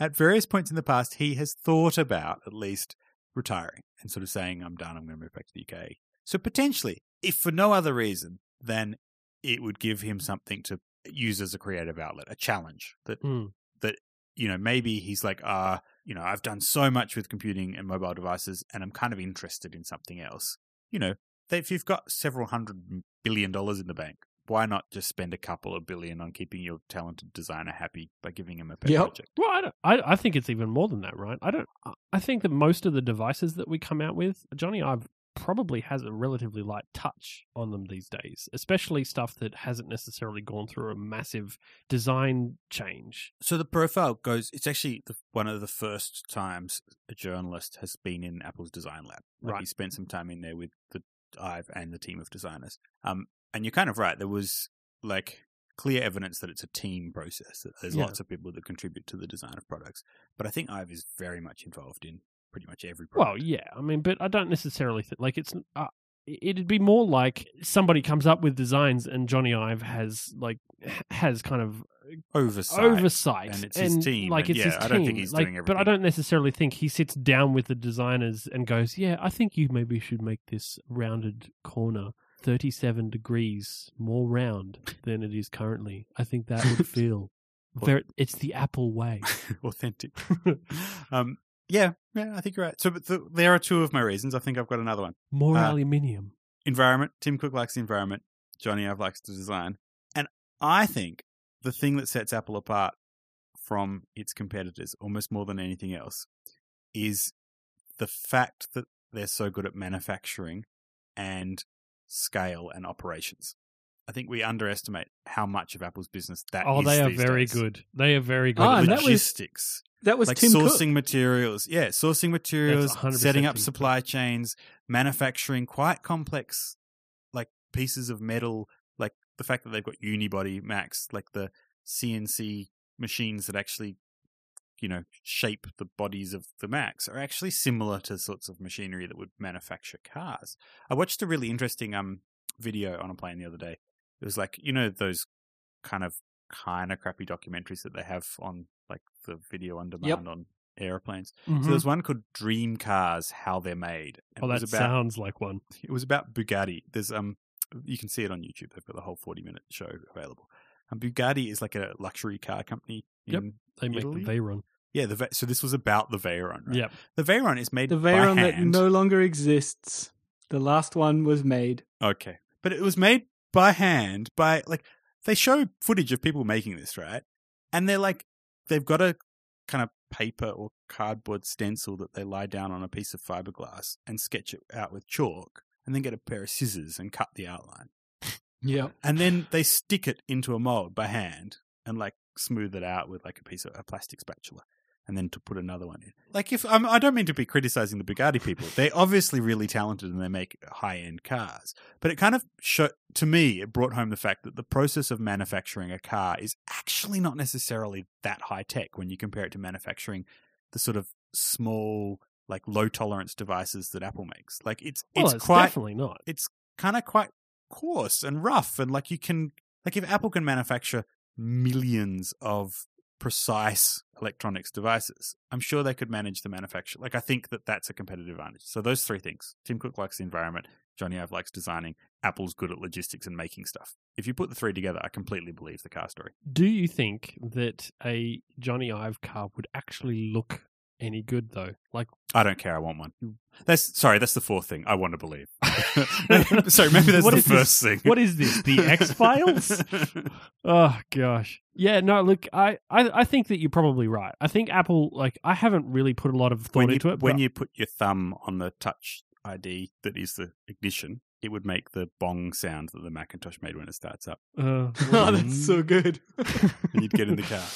at various points in the past, he has thought about at least retiring and sort of saying, I'm done, I'm going to move back to the UK. So potentially, if for no other reason, then it would give him something to use as a creative outlet, a challenge that,
Mm.
that you know, maybe he's like, ah, you know, I've done so much with computing and mobile devices and I'm kind of interested in something else. You know, if you've got several hundred billion dollars in the bank, why not just spend a couple of billion on keeping your talented designer happy by giving him a pet
Yep.
project?
Well, I, don't- I I think it's even more than that, right? I don't. I- I think that most of the devices that we come out with, Johnny Ive probably has a relatively light touch on them these days, especially stuff that hasn't necessarily gone through a massive design change.
So the profile goes, it's actually the, one of the first times a journalist has been in Apple's design lab. Like
Right.
He spent some time in there with the Ive and the team of designers. Um, and you're kind of right. There was like clear evidence that it's a team process, that there's
Yeah.
lots of people that contribute to the design of products. But I think Ive is very much involved in pretty much every product.
Well, yeah. I mean, but I don't necessarily think like it's. Uh, it'd be more like somebody comes up with designs and Johnny Ive has like has kind of
oversight.
oversight
And it's his team,
Like
and
it's
yeah,
his team.
I don't think he's
like,
doing
But I
everything.
don't necessarily think he sits down with the designers and goes, "Yeah, I think you maybe should make this rounded corner." 37 degrees more round than it is currently. I think that would feel very, it's the Apple way.
authentic. um, yeah, yeah, I think you're right. So but th there are two of my reasons. I think I've got another one.
More
Uh,
aluminium.
Environment. Tim Cook likes the environment. Johnny Ive likes the design. And I think the thing that sets Apple apart from its competitors almost more than anything else is the fact that they're so good at manufacturing and scale and operations. I think we underestimate how much of Apple's business that
Oh,
is
they are
these
very
days.
good. They are very good.
Ah,
at
and that was-
logistics
That was
like
Tim
sourcing
Cook.
materials. Yeah, sourcing materials,
100%
setting up
Tim Cook.
supply chains, manufacturing quite complex like pieces of metal, like the fact that they've got unibody max, like the CNC machines that actually you know shape the bodies of the max are actually similar to sorts of machinery that would manufacture cars. I watched a really interesting um video on a plane the other day. It was like you know those kind of kind of crappy documentaries that they have on like the video on demand on airplanes.
Mhm.
So there's one called Dream Cars: How They're Made. And
oh,
it
that
was about
sounds like one.
it was about Bugatti. There's um you can see it on YouTube. They've got the whole 40 minute show available. And Bugatti is like a luxury car company.
Yep.
in-
They make
Italy?
the Veyron.
Yeah. The Ve- so this was about the Veyron. Right?
Yep.
The Veyron is made
The
by
Veyron that
hand.
no longer exists. The last one was made.
Okay. But it was made by hand by like they show footage of people making this, right? And they're like they've got a kind of paper or cardboard stencil that they lie down on a piece of fiberglass and sketch it out with chalk and then get a pair of scissors and cut the outline.
Yep.
and then they stick it into a mold by hand and like smooth it out with like a piece of a plastic spatula and then to put another one in. Like if I'm, I don't mean to be criticizing the Bugatti people, they're obviously really talented and they make high end cars. But it kind of show to me it brought home the fact that the process of manufacturing a car is actually not necessarily that high tech when you compare it to manufacturing the sort of small like low tolerance devices that Apple makes. Like it's
Well,
it's,
it's
quite
definitely not.
it's kind of quite coarse and rough and like you can like if apple can manufacture millions of precise electronics devices i'm sure they could manage the manufacture like i think that that's a competitive advantage so those three things tim cook likes the environment johnny ive likes designing apple's good at logistics and making stuff if you put the three together i completely believe the car story
Do you think that a Johnny Ive car would actually look any good though? Like
i don't care i want one that's sorry that's the fourth thing i want to believe sorry maybe that's
What
the
is this?
first thing
what is this? The X Files? oh gosh. Yeah, no, look, I, I I think that you're probably right. I think Apple like I haven't really put a lot of thought
when you,
into it.
When
but
you put your thumb on the touch ID that is the ignition, it would make the bong sound that the Macintosh made when it starts up.
uh,
oh, that's so good.
And you'd get in the car.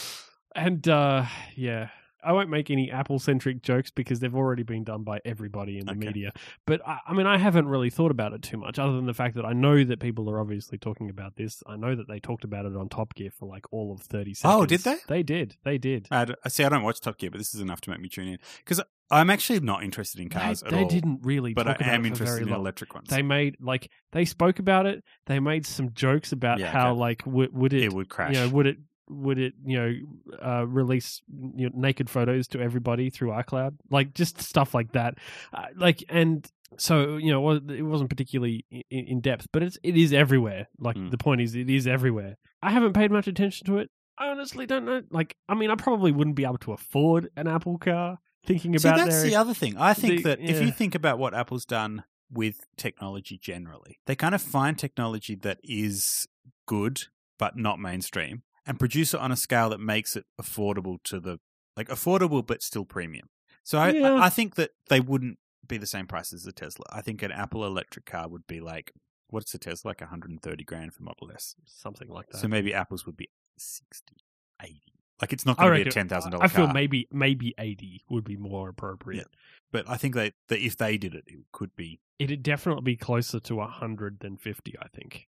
And uh yeah. I won't make any Apple centric jokes because they've already been done by everybody in the
Okay.
media. But I, I mean, I haven't really thought about it too much, other than the fact that I know that people are obviously talking about this. I know that they talked about it on Top Gear for like all of 30 seconds.
Oh, did they?
They did. They did.
I d- I see. I don't watch Top Gear, but this is enough to make me tune in because I'm actually not interested in cars
they
at
they
all.
didn't really
but I
talk about
am
it for
interested
very
in
long.
electric ones.
They made like they spoke about it. They made some jokes about
Yeah,
how
okay.
like would, would
it,
it,
would crash.
you know would it would it you know uh, release you know, naked photos to everybody through iCloud like just stuff like that uh, like and so you know it wa- it wasn't particularly in, in depth but it's it is everywhere like
Mm.
the point is it is everywhere I haven't paid much attention to it I honestly don't know like I mean I probably wouldn't be able to afford an Apple car thinking
See,
about
that's
their
the other thing. I think
the-
that if you
yeah.
think about what Apple's done with technology generally, they kind of find technology that is good but not mainstream and produce it on a scale that makes it affordable to the like affordable but still premium. So I, I-
Yeah.
I think that they wouldn't be the same price as a Tesla. I think an Apple electric car would be like what's a Tesla like 130 grand for Model S.
something like that
So maybe Apple's would be 60, 80. Like it's not
I
going to be a
reckon-
ten thousand
I
dollar
feel
car.
maybe maybe 80 would be more appropriate
but I think that, that if they did it, it could be
it'd definitely be closer to 100 than 50 I think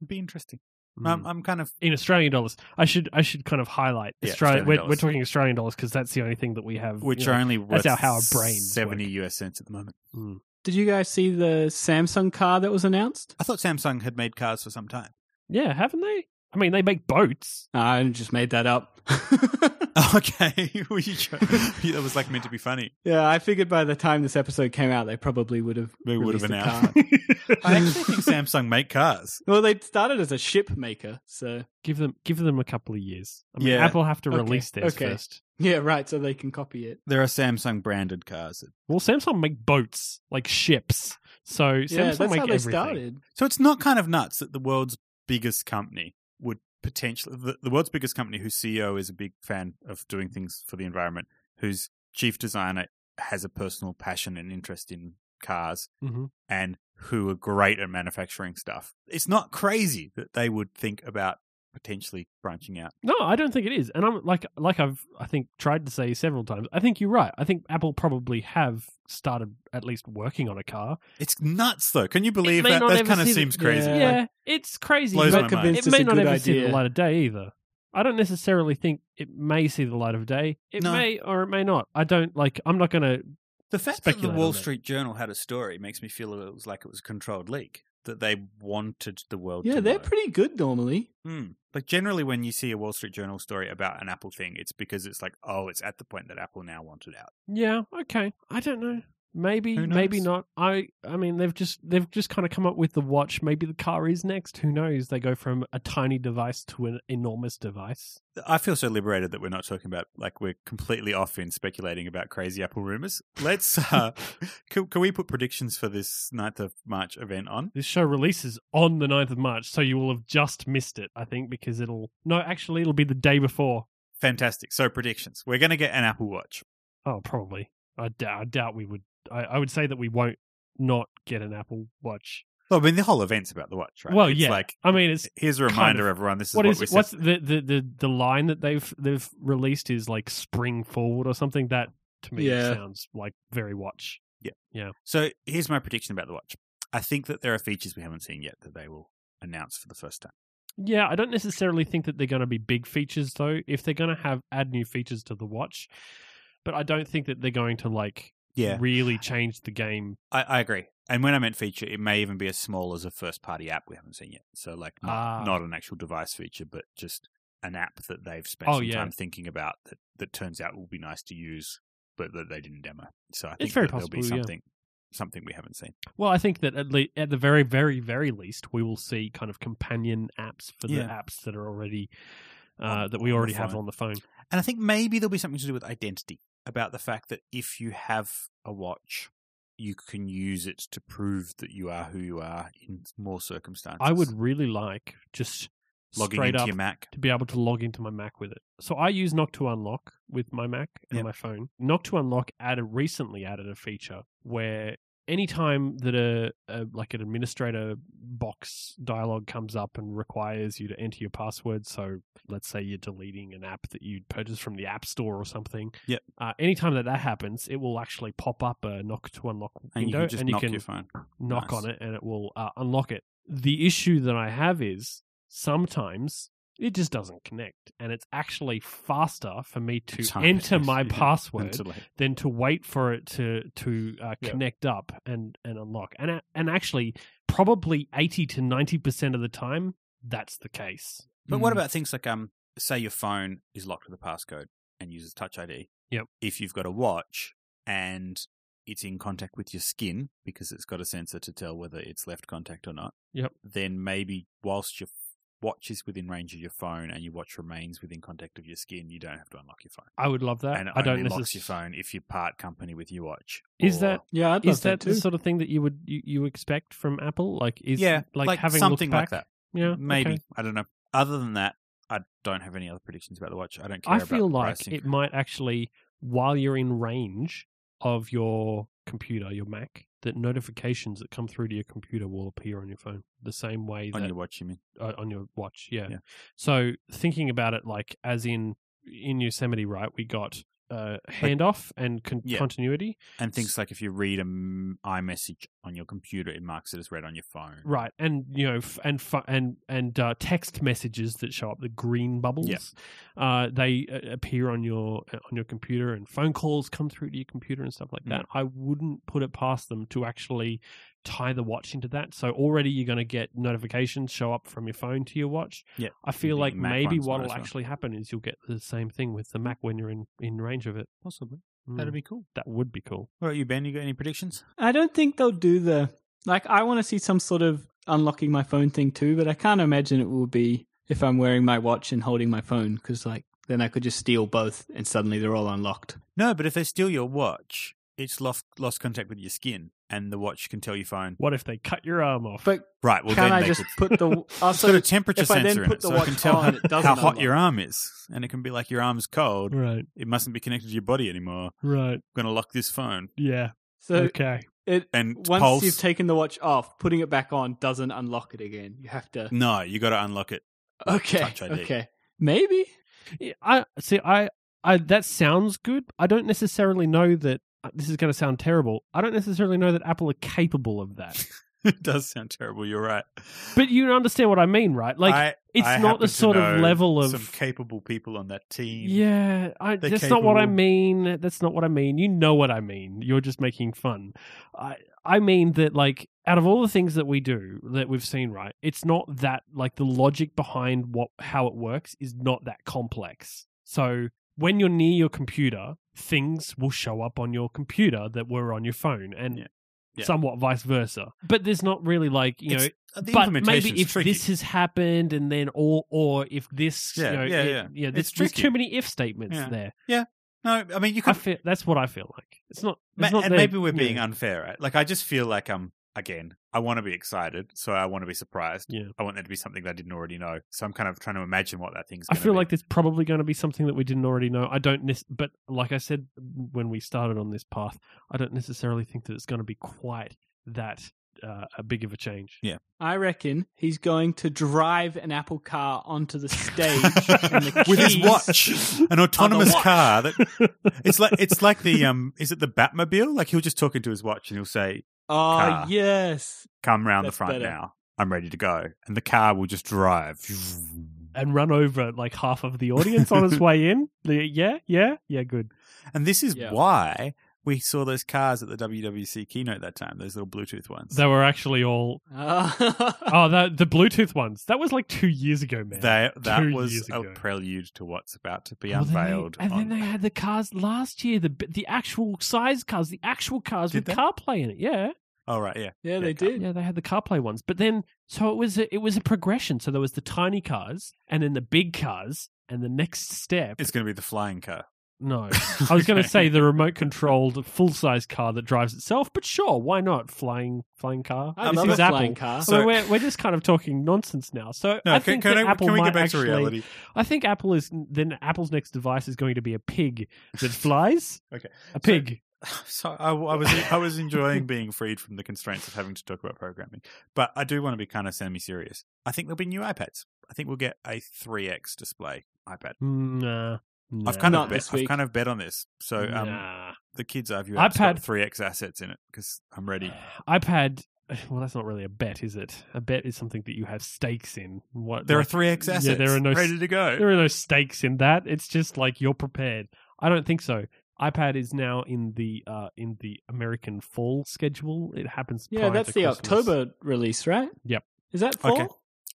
It'd be interesting.
Mm.
I'm, I'm kind of
in Australian dollars. I should I should kind of highlight
Yeah,
Australia.
Australian
We're,
dollars.
we're talking Australian dollars because that's the only thing that we have.
which
you know.
are only worth
our- how our brains
seventy US cents at the moment.
Mm.
Did you guys see the Samsung car that was announced?
I thought Samsung had made cars for some time.
yeah, haven't they? I mean, they make boats.
I just made that up.
okay, Were you jo- that was like meant to be funny.
yeah, I figured by the time this episode came out, they probably would have.
They would have
released a
announced.
car.
I actually think Samsung make cars.
well, they started as a ship maker, so
give them give them a couple of years. I mean,
Yeah.
Apple have to
Okay,
release theirs
okay.
first.
yeah, right. So they can copy it.
There are Samsung branded cars.
Well, Samsung make boats like ships. So
yeah,
Samsung
that's
make
how they
everything.
started.
So it's not kind of nuts that the world's biggest company would potentially the, the world's biggest company whose CEO is a big fan of doing things for the environment, whose chief designer has a personal passion and interest in cars
Mhm.
and who are great at manufacturing stuff. It's not crazy that they would think about potentially branching out.
No, I don't think it is. And I'm like like I've I think tried to say several times. I think you're right. I think Apple probably have started at least working on a car.
It's nuts though. Can you
It
believe
may
that?
not
That
ever
kind of
see the-
seems crazy.
Yeah.
Yeah,
Like,
it's crazy.
Blows
but-
my
That
mind.
convinced
it
us
may
a
not
good
ever see the
idea.
light of day either. I don't necessarily think it may see the light of day. It
No.
may or it may not. I don't like. I'm not gonna.
The fact that the
Speculate
Wall
on it.
Street Journal had a story makes me feel it was like it was a controlled leak that they wanted the world.
Yeah,
to
they're
know.
pretty good normally.
Mm. Like generally, when you see a Wall Street Journal story about an Apple thing, it's because it's like, oh, it's at the point that Apple now wanted out.
Yeah. Okay. I don't know. Maybe.
Who
Maybe
knows?
not. I. I mean, they've just they've just kind of come up with the watch. Maybe the car is next. Who knows? They go from a tiny device to an enormous device.
I feel so liberated that we're not talking about like we're completely off in speculating about crazy Apple rumors. Let's uh, can, can we put predictions for this 9th of March event on?
This show releases on the 9th of March, so you will have just missed it. I think because it'll no, actually, it'll be the day before.
Fantastic. So predictions. We're going to get an Apple Watch.
Oh, probably. I doubt. I doubt we would. I, I would say that we won't not get an Apple Watch.
Well, I mean, the whole event's about the watch, right?
Well,
It's
yeah.
Like,
I mean, it's
here's a
kind
reminder,
of-
everyone. This is
what
what,
is
we said.
what's the, the the the line that they've they've released is like spring forward or something. That to me
Yeah.
sounds like very watch.
So here's my prediction about the watch. I think that there are features we haven't seen yet that they will announce for the first time.
Yeah, I don't necessarily think that they're going to be big features though. If they're going to have add new features to the watch, but I don't think that they're going to like
Yeah,
really change the game.
I, I agree. And when I meant feature, it may even be as small as a first party app we haven't seen yet. So like not,
Ah.
not an actual device feature, but just an app that they've spent
Oh,
some
yeah.
time thinking about that, that turns out will be nice to use, but that they didn't demo. So I think
very
that there'll be
possible, yeah.
something something we haven't seen.
Well, I think that at le- at the very very very least, we will see kind of companion apps for the
Yeah.
apps that are already uh,
On-
that we
on the
already have
phone.
on the phone.
And I think maybe there'll be something to do with identity about the fact that if you have a watch, you can use it to prove that you are who you are in more circumstances.
I would really like just
logging
straight
into
up
your Mac.
to be able to log into my Mac with it. So I use Knock to Unlock with my Mac and
Yep.
my phone. Knock to Unlock added recently added a feature where anytime that a, a like an administrator box dialog comes up and requires you to enter your password, so let's say you're deleting an app that you purchased from the App Store or something.
Yep.
Uh, anytime that that happens, it will actually pop up a Knock to Unlock
And you
window,
can just
and you
knock
can
your phone.
knock
Nice.
on it and it will uh, unlock it. The issue that I have is sometimes it just doesn't connect, and it's actually faster for me to
Time
enter
is-
my
yeah,
password
until it-
than to wait for it to to uh,
Yeah.
connect up and and unlock. And a- and actually, probably eighty to ninety percent of the time, that's the case.
But what
Mm.
about things like um, say your phone is locked with a passcode and uses Touch ID.
Yep.
If you've got a watch and it's in contact with your skin because it's got a sensor to tell whether it's left contact or not.
Yep.
Then maybe whilst your watch is within range of your phone and your watch remains within contact of your skin, you don't have to unlock your phone.
I would love that.
and it
I don't
only locks
necess-
your phone if you part company with your watch.
Is
or-
that
Yeah, I'd love
is that,
too.
the sort of thing that you would you, you expect from Apple? Like is
yeah,
like,
like,
having
something
looked back?
like that?
Yeah,
Maybe
okay.
I don't know. Other than that, I don't have any other predictions about the watch. I don't care.
I
about
feel
the
like
pricing.
it might actually, while you're in range of your computer, your Mac, that notifications that come through to your computer will appear on your phone the same way
on
that
your watch. You mean?
uh, on your watch. Yeah.
Yeah.
So thinking about it, like as in in Yosemite, right? We got uh, handoff and con-
Yeah.
continuity,
And things like if you read a m- iMessage on your computer, it marks it as read on your phone.
right? And you know, f- and fu- and and uh, text messages that show up the green bubbles. Uh, they uh, appear on your uh, on your computer, and phone calls come through to your computer and stuff
Mm.
like that. I wouldn't put it past them to actually tie the watch into that. So already you're going to get notifications show up from your phone to your watch.
Yeah.
I feel
The
like
Mac
maybe
ones might
what'll
as well.
actually happen is you'll get the same thing with the Mac when you're in in range of it.
Possibly.
Mm,
That'd be cool.
that would be cool.
All right, you, Ben, you got any predictions?
I don't think they'll do the like. I want to see some sort of unlocking my phone thing too, but I can't imagine it will be if I'm wearing my watch and holding my phone because like then I could just steal both and suddenly they're all unlocked.
No, but if they steal your watch, it's lost, lost contact with your skin, and the watch can tell your phone.
What if they cut your arm off?
But
Right, well,
can
then
I
they
just
could-
put the
it's got
also
a temperature
if I then
sensor in
put
it,
the
so it can
watch
tell
on,
how,
it Mm. doesn't
how hot
unlock.
your arm is. And it can be like, your arm's cold.
right,
It mustn't be connected to your body anymore.
right,
I'm going to lock this phone.
yeah,
so
okay.
it
And
once
pulse.
you've taken the watch off, putting it back on doesn't unlock it again. You have to
no, you got to unlock it.
okay
Touch ID.
okay maybe
Yeah, I see. I, I that sounds good. I don't necessarily know that uh, this is going to sound terrible. I don't necessarily know that Apple are capable of that.
it does sound terrible. You're right.
but you understand what I mean, right? Like
I-
it's
I
not
happen
the
to
sort of
know
level
some
of.
capable people on that team.
Yeah, I,
They're
that's not what I
capable.
mean. That's not what I mean. You know what I mean. You're just making fun. I I mean that like out of all the things that we do that we've seen, right? It's not that like the logic behind what how it works is not that complex. So when you're near your computer, things will show up on your computer that were on your phone, and
Yeah. Yeah.
somewhat vice versa. But there's not really like you know
It's- Uh, the
but
implementation's
maybe if
tricky.
this has happened and then or or if this
Yeah,
you know,
yeah,
it-
yeah.
there's,
It's
there's
tricky.
too many if statements
Yeah.
there
No, I mean you
I
could.
feel that's what i feel like it's not,
ma-
it's not
and
their-
maybe we're
yeah.
being unfair, right? Like I just feel like um again, I want to be excited, so I want to be surprised.
Yeah.
I want there to be something that I didn't already know. So I'm kind of trying to imagine what that thing's.
i
Gonna
feel
be.
like there's probably going to be something that we didn't already know i don't nes- but like i said when we started on this path i don't necessarily think that it's going to be quite that uh, a big of a change.
I reckon he's going to drive an Apple car onto the stage and the
with his
keys-
watch, an autonomous
watch.
car. That it's like it's like the um, is it the Batmobile? Like he'll just talk into his watch and he'll say,
Oh
car.
yes,
"Come round the
That's
front
better.
now. I'm ready to go," and the car will just drive.
and run over like half of the audience on its way in. The- Yeah, yeah, yeah, good.
And this is
Yeah.
why we saw those cars at the WWC keynote that time. Those little Bluetooth ones.
They were actually all
Ah.
oh the the Bluetooth ones. That was like two years ago, man.
They- that
Two
was
years
a
ago.
prelude to what's about to be
Well, then they-
unveiled.
and
on-
then they had the cars last year, the bi- the actual size cars, the actual cars
Did they?
with CarPlay in it. Yeah,
oh right, yeah.
yeah, they
Yeah,
did.
yeah, they had the CarPlay ones. But then, so it was a, it was a progression. So there was the tiny cars, and then the big cars, and the next step.
It's going to be the flying car.
no, I was going
Okay.
to say the remote controlled full size car that drives itself. But sure, why not flying flying car?
I
This
love
is
a
Apple.
flying car.
So,
So-
we're we're just kind of talking nonsense now. So
No,
I
can,
think
can,
that
I,
Apple
can we
might
get back
actually,
to reality?
I think Apple is then Apple's next device is going to be a pig that flies.
Okay.
a pig.
So I, I was I was enjoying being freed from the constraints of having to talk about programming, but I do want to be kind of semi serious. I think there'll be new iPads. I think we'll get a 3x display iPad.
Mm, nah, nah.
I've kind
Not
of bet,
this
I've
week.
kind of bet on this. So um,
Nah.
the kids argue iPad got
iPad-
3x assets in it because I'm ready.
iPad. Well, that's not really a bet, is it? A bet is something that you have stakes in. What
There are
like-
3x assets.
Yeah, there are no s-
ready to go.
there are no stakes in that. It's just like you're prepared. I don't think so. iPad is now in the uh, in the American fall schedule. It happens.
Yeah,
prior
that's
to
the
Christmas.
October release, right?
Yep.
Is that fall?
Okay.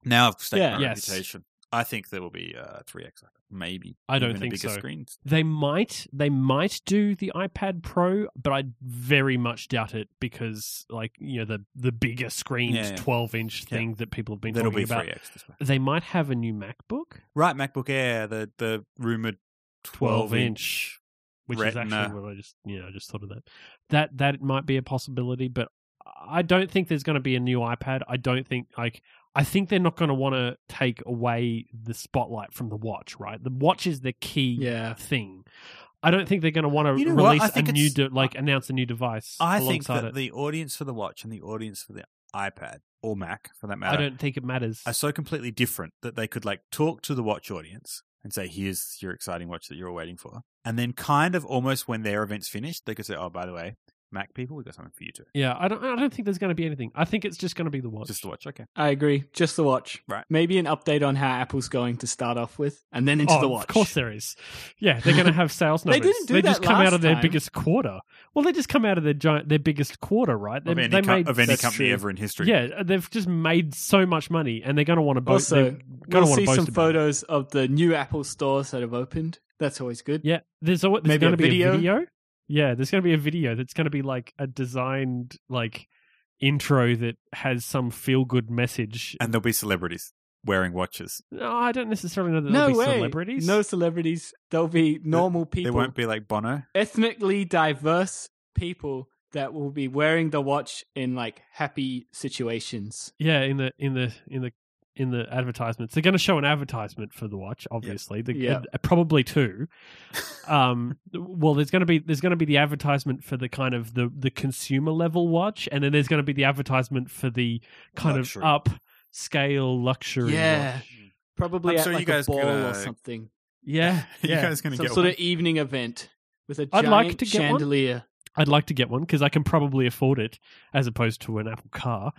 now I've staked
Yeah.
my
Yes.
reputation. I think there will be uh, 3x. Maybe
I don't
even
think
a bigger
so.
screens.
They might they might do the iPad Pro, but I very much doubt it because like you know the the bigger screened
Yeah, yeah.
twelve inch
Yeah.
thing that people have been
That'll
talking
be
about.
3x display.
They might have a new MacBook,
Right, MacBook Air, the the rumored 12
12
inch
which is
Retina.
actually what I just you know I just thought of that. That that might be a possibility, but I don't think there's going to be a new iPad. I don't think like I think they're not going to want to take away the spotlight from the watch. Right, the watch is the key
Yeah.
thing. I don't think they're going to want to
You know what?
release
I think
a new
it's-
de- like announce a new device.
I think
alongside
that
it.
the audience for the watch and the audience for the iPad or Mac, for that
I
matter,
don't think it matters.
are so completely different that they could like talk to the watch audience and say, "Here's your exciting watch that you're all waiting for," and then kind of almost when their event's finished, they could say, "Oh, by the way, Mac people, we have got something for you too."
yeah, I don't. I don't think there's going to be anything. I think it's just going to be the watch.
Just the watch, okay?
I agree. Just the watch.
Right.
Maybe an update on how Apple's going to start off with, and then into
oh,
the watch.
Of course there is. Yeah, they're going to have sales
They
numbers.
didn't do
just
that
come out
last
of their
time.
biggest quarter. Well, they just come out of their giant, their biggest quarter, right? They,
of any,
they
co-
made
of any
that's
company
true.
ever in history.
Yeah, they've just made so much money, and they're going to want to boast.
Also,
gonna
we'll
wanna
see
boast
some
about it.
photos of the new Apple stores that have opened. That's always good.
Yeah, there's always there's
Maybe
going
a
to be
video?
a video. Yeah, there's going to be a video that's going to be like a designed like intro that has some feel good message.
And there'll be celebrities wearing watches.
No, I don't necessarily know that
No
there'll be
way.
celebrities.
No celebrities. There'll be normal people.
They won't be like Bono.
ethnically diverse people that will be wearing the watch in like happy situations.
Yeah, in the in the in the in the advertisements, they're going to show an advertisement for the watch. Obviously, The-
Yeah.
uh, probably two. um, well, there's going to be there's going to be the advertisement for the kind of the the consumer level watch, and then there's going to be the advertisement for the kind
Luxury.
of up scale luxury.
Yeah.
watch.
Probably
I'm
at
sure you
like
guys
a ball
gonna-
or something.
yeah,
you
yeah.
guys going to
Some
get
sort
one?
of evening event with a
I'd
giant
like to get one.
chandelier.
I'd like to get one because I can probably afford it as opposed to an Apple car,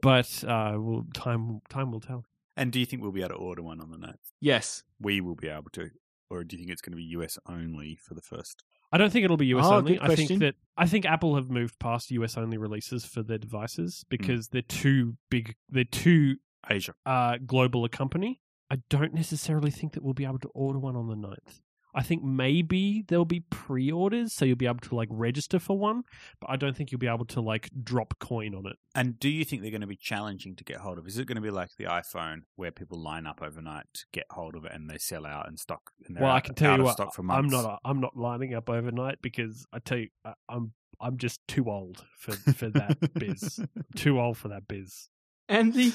but uh, well, time time will tell.
And do you think we'll be able to order one on the night?
Yes.
we will be able to, or do you think it's going to be US only for the first?
I don't think it'll be US
Oh,
only.
good
I
question.
think that I think Apple have moved past US only releases for their devices
Hmm.
because they're too big. They're too
Asia.
uh, global a company. I don't necessarily think that we'll be able to order one on the 9th. I think maybe there'll be pre-orders, so you'll be able to like register for one, but I don't think you'll be able to like drop coin on it.
And do you think they're going to be challenging to get hold of? Is it going to be like the iPhone where people line up overnight to get hold of it and they sell out and stock? And they're
well,
out,
I can tell
out
you
of
what,
stock for
I'm
months.
not i I'm not lining up overnight because I tell you I, I'm I'm just too old for for that biz. Too old for that biz.
And the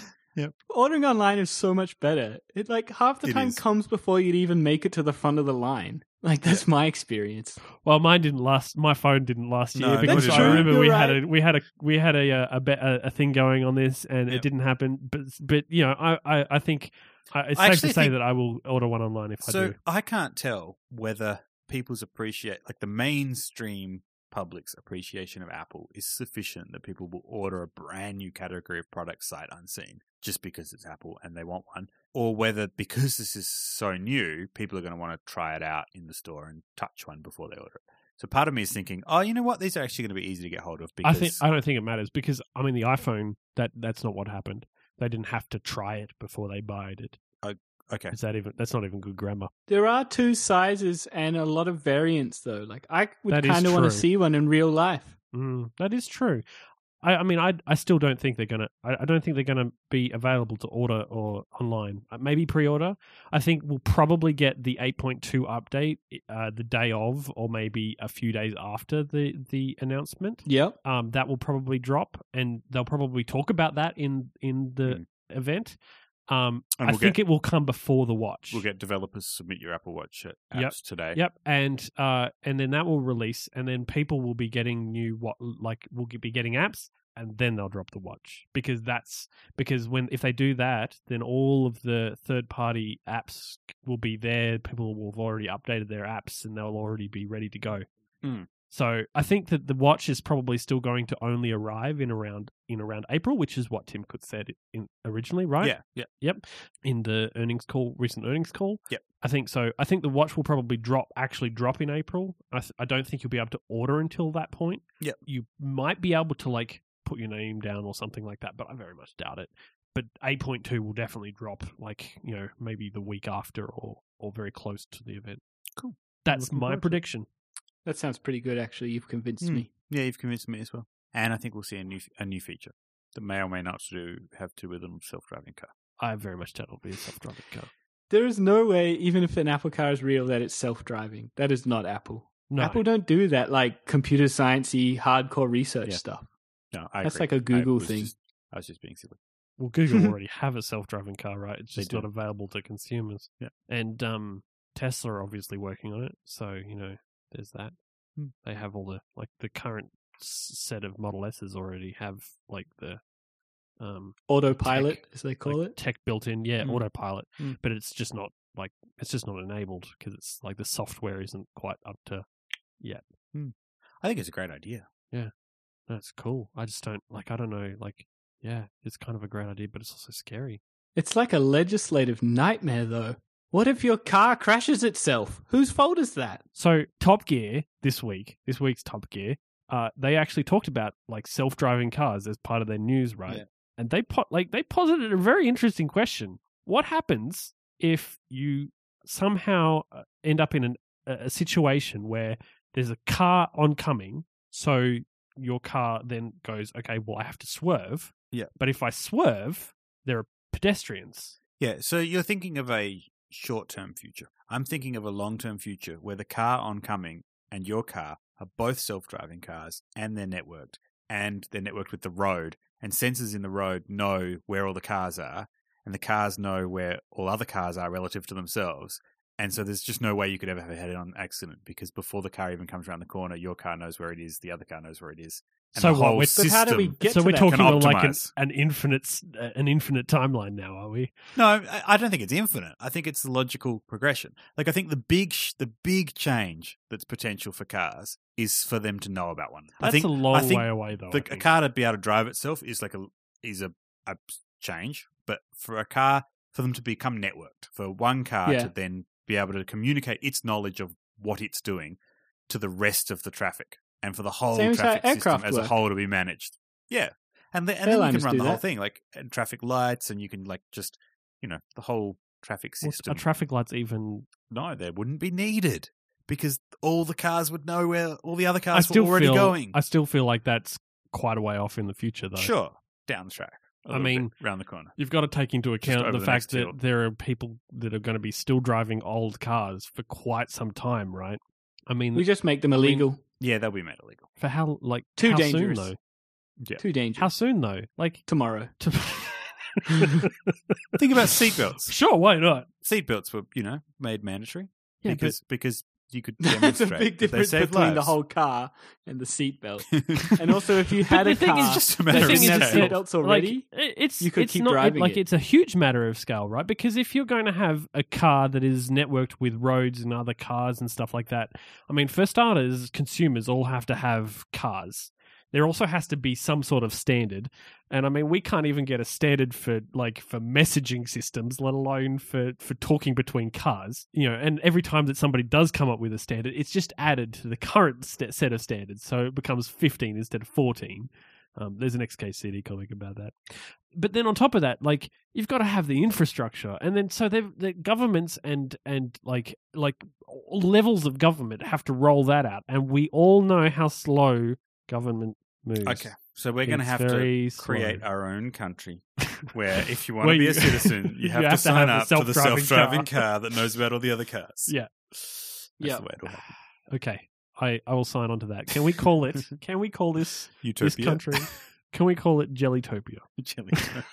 Ordering online is so much better. It like half the
It
time
is.
comes before you'd even make it to the front of the line. Like that's my experience.
Well, mine didn't last. My phone didn't last
No,
year
it
because
didn't.
I
That's true.
remember we
You're
had
right.
a we had a we had a uh, a, be- a, a thing going on this, and
Yeah.
it didn't happen. But but you know, I I, I think I, it's
I
safe to
actually
say
think-
that I will order one online if I
So
do.
I can't tell whether people's appreciate like the mainstream public's appreciation of Apple is sufficient that people will order a brand new category of products sight unseen just because it's Apple and they want one, or whether because this is so new, people are going to want to try it out in the store and touch one before they order it. So part of me is thinking, oh, you know what? These are actually going to be easy to get hold of
I
because
think I don't think it matters because I mean the iPhone that that's not what happened. They didn't have to try it before they buyed it.
okay,
Is that even? That's not even good grammar.
There are two sizes and a lot of variants though. Like I would
That is
kind of want to
true.
see one in real life.
Mm, that is true. I, I mean, I I still don't think they're gonna. I, I don't think they're gonna be available to order or online. Uh, Maybe pre-order. I think we'll probably get the 8.2 update uh, the day of, or maybe a few days after the the announcement.
Yep.
Um, that will probably drop, and they'll probably talk about that in in the event. Um,
Mm. And
I
we'll
think it will come before the watch.
we'll get developers to submit your Apple Watch uh, apps
Yep.
today.
Yep, and uh, and then that will release, and then people will be getting new what like will be getting apps, and then they'll drop the watch because that's because when if they do that, then all of the third party apps will be there. People will have already updated their apps, and they'll already be ready to go.
Mm.
So I think that the watch is probably still going to only arrive in around in around April, which is what Tim Cook said in, originally, right?
Yeah, yeah.
in the earnings call, recent earnings call.
Yep.
I think so. I think the watch will probably drop, actually drop in April. I, th- I don't think you'll be able to order until that point.
Yep.
You might be able to like put your name down or something like that, but I very much doubt it. But 8.2 will definitely drop like, you know, maybe the week after or, or very close to the event.
Cool.
That's
Looking
my
forward to it.
prediction.
That sounds pretty good actually. You've convinced
Hmm.
me.
Yeah, you've convinced me as well. And I think we'll see a new a new feature that may or may not to do have to do with a self driving car.
I very much doubt it'll be a self-driving car.
There is no way, even if an Apple car is real, that it's self-driving. That is not Apple.
No.
Apple don't do that like computer sciencey hardcore research
Yeah.
stuff.
No, I
That's
agree.
like a
I
Google
was
thing.
just- I was just being silly.
Well, Google already have a self-driving car, right? It's
They
just
do.
not available to consumers.
Yeah.
And um, Tesla are obviously working on it, so you know, there's that.
Hmm.
They have all the like the current s- set of Model S's already have like the um
Autopilot, as they
like,
call it.
tech built in, yeah,
Hmm.
autopilot,
Hmm.
but it's just not like it's just not enabled because it's like the software isn't quite up to.
I think it's a great idea.
That's cool. I just don't like. I don't know. Like, yeah, it's kind of a great idea, but it's also scary.
It's like a legislative nightmare, though. What if your car crashes itself? Whose fault is that?
So Top Gear this week, this week's Top Gear, uh, they actually talked about like self-driving cars as part of their news, right?
Yeah.
And they po- like they posited a very interesting question: What happens if you somehow uh, end up in an, a a situation where there's a car oncoming, so your car then goes, okay, well I have to swerve.
Yeah.
But if I swerve, there are pedestrians.
Yeah, so you're thinking of a short term future. I'm thinking of a long term future where the car oncoming and your car are both self driving cars and they're networked and they're networked with the road and sensors in the road know where all the cars are and the cars know where all other cars are relative to themselves. And so there's just no way you could ever have a head on accident because before the car even comes around the corner, your car knows where it is, the other car knows where it is. And
So
the
what,
whole
we're-
But how do we
system-
get
so
to
we're
that?
talking
Can
like an,
optimize.
an infinite s- uh, an infinite timeline now, are we?
No, I, I don't think it's infinite. I think it's the logical progression. Like I think the big sh- the big change that's potential for cars is for them to know about one.
That's
I think
a long
I think
way away, though.
the,
I
a
think.
car to be able to drive itself is like a is a, a change, but for a car for them to become networked, for one car
Yeah.
to then be able to communicate its knowledge of what it's doing to the rest of the traffic, and for the whole
Same as how
traffic system
aircraft
as a
work.
whole to be managed. Yeah, and, the, and then you can
Airliners
run
do
the whole
that.
thing like and traffic lights, and you can like just you know the whole traffic
Well,
system.
Are traffic lights even?
no, they wouldn't be needed because all the cars would know where all the other cars
I still
were already
feel.
going.
I still feel like that's quite a way off in the future, though.
Sure, down the track. a
I
little
mean-
bit, round the corner.
You've got to take into account
over
the,
the
fact
next
that
hill.
there are people that are going to be still driving old cars for quite some time, right? I mean,
We just make them illegal.
Yeah, that'll be made illegal.
for how like
Too
how
dangerous.
soon though?
Yeah.
Too dangerous.
How soon though? Like
Tomorrow.
to...
Think about seatbelts.
Sure, why not?
Seatbelts were, you know, made mandatory
Yeah,
because because you could
That's a
demonstrate
big
that they
difference
saved
between the
lives.
whole car and the seatbelt. and also, if you had
the
a
thing
car
is
it's just a
The
matter of
thing is,
didn't
it's
have
scale.
that,
seatbelts already,
Like, it- it's
you could
it's
keep
not
driving
like
it.
it's a huge matter of scale, right? Because if you're going to have a car that is networked with roads and other cars and stuff like that, I mean, for starters, consumers all have to have cars. There also has to be some sort of standard, and I mean, we can't even get a standard for like for messaging systems, let alone for for talking between cars. You know, and every time that somebody does come up with a standard, it's just added to the current st- set of standards, so it becomes fifteen instead of fourteen. Um, there's an XKCD comic about that. But then on top of that, like you've got to have the infrastructure, and then so they've- the governments and and like like levels of government have to roll that out, and we all know how slow government moves.
Okay, so we're going to
It's
have to
very
create
slow.
our own country where if you want
Where
to be
you-
a citizen, you
you
have
have
to
to
sign
have a
up to the
self-driving
self-driving
car.
car. that knows about all the other cars.
Yeah.
That's
Yeah.
the way it'll happen.
okay. I, I will sign on to that. Can we call it? Can we call this
Utopia.
this country? Can we call it Jellytopia?
Jellytopia.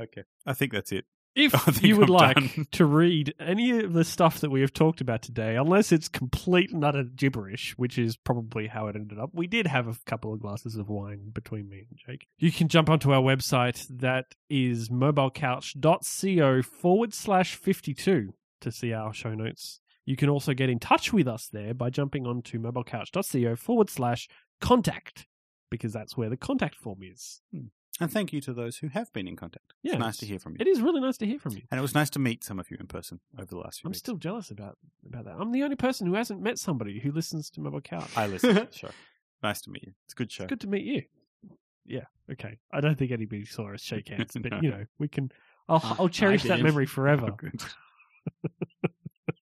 okay, I think that's it. I
If
think
you would
I'm
like
done.
to read any of the stuff that we have talked about today, unless it's complete and utter gibberish, which is probably how it ended up, we did have a couple of glasses of wine between me and Jake. You can jump onto our website that is mobilecouch.co forward slash 52 to see our show notes. You can also get in touch with us there by jumping onto mobilecouch.co forward slash contact because that's where the contact form is.
And thank you to those who have been in contact.
Yeah,
it's nice to hear from you.
It is really nice to hear from you.
And it was nice to meet some of you in person over the last few
I'm
weeks.
still jealous about about that. I'm the only person who hasn't met somebody who listens to Mobile Couch.
I listened to the show. Nice to meet you. It's a good show.
It's good to meet you. Yeah. Okay. I don't think anybody saw us shake hands, but
No.
you know, we can. I'll
Ah,
I'll cherish
I
that
did.
memory forever.
Oh, Good.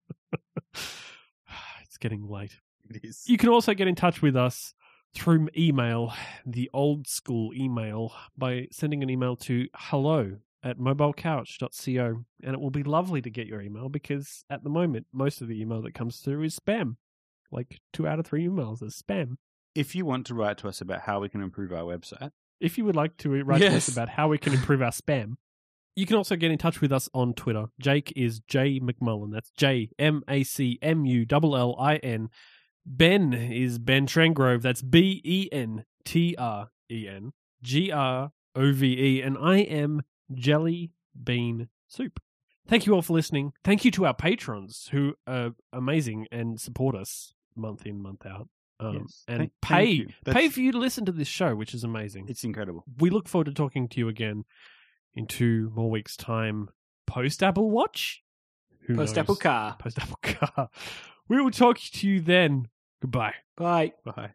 it's getting late.
It is.
You can also get in touch with us through email, the old school email, by sending an email to hello at mobilecouch.co. And it will be lovely to get your email because at the moment, most of the email that comes through is spam. Like two out of three emails is spam.
If you want to write to us about how we can improve our website,
If you would like to write to us
Yes.
about how we can improve our spam, you can also get in touch with us on Twitter. Jake is J McMullen. That's J M A C M U L L I N. Ben is Ben Trengrove. That's B E N T R E N G R O V E. And I am Jelly Bean Soup. Thank you all for listening. Thank you to our patrons who are amazing and support us month in, month out. Um,
Yes.
And
Thank- thank
pay
you.
pay
That's-
for you to listen to this show, which is amazing
it's incredible.
we look forward to talking to you again in two more weeks' time post Apple Watch. Who
post
knows?
Apple car.
Post Apple Car. We will talk to you then. Goodbye.
Bye.
Bye.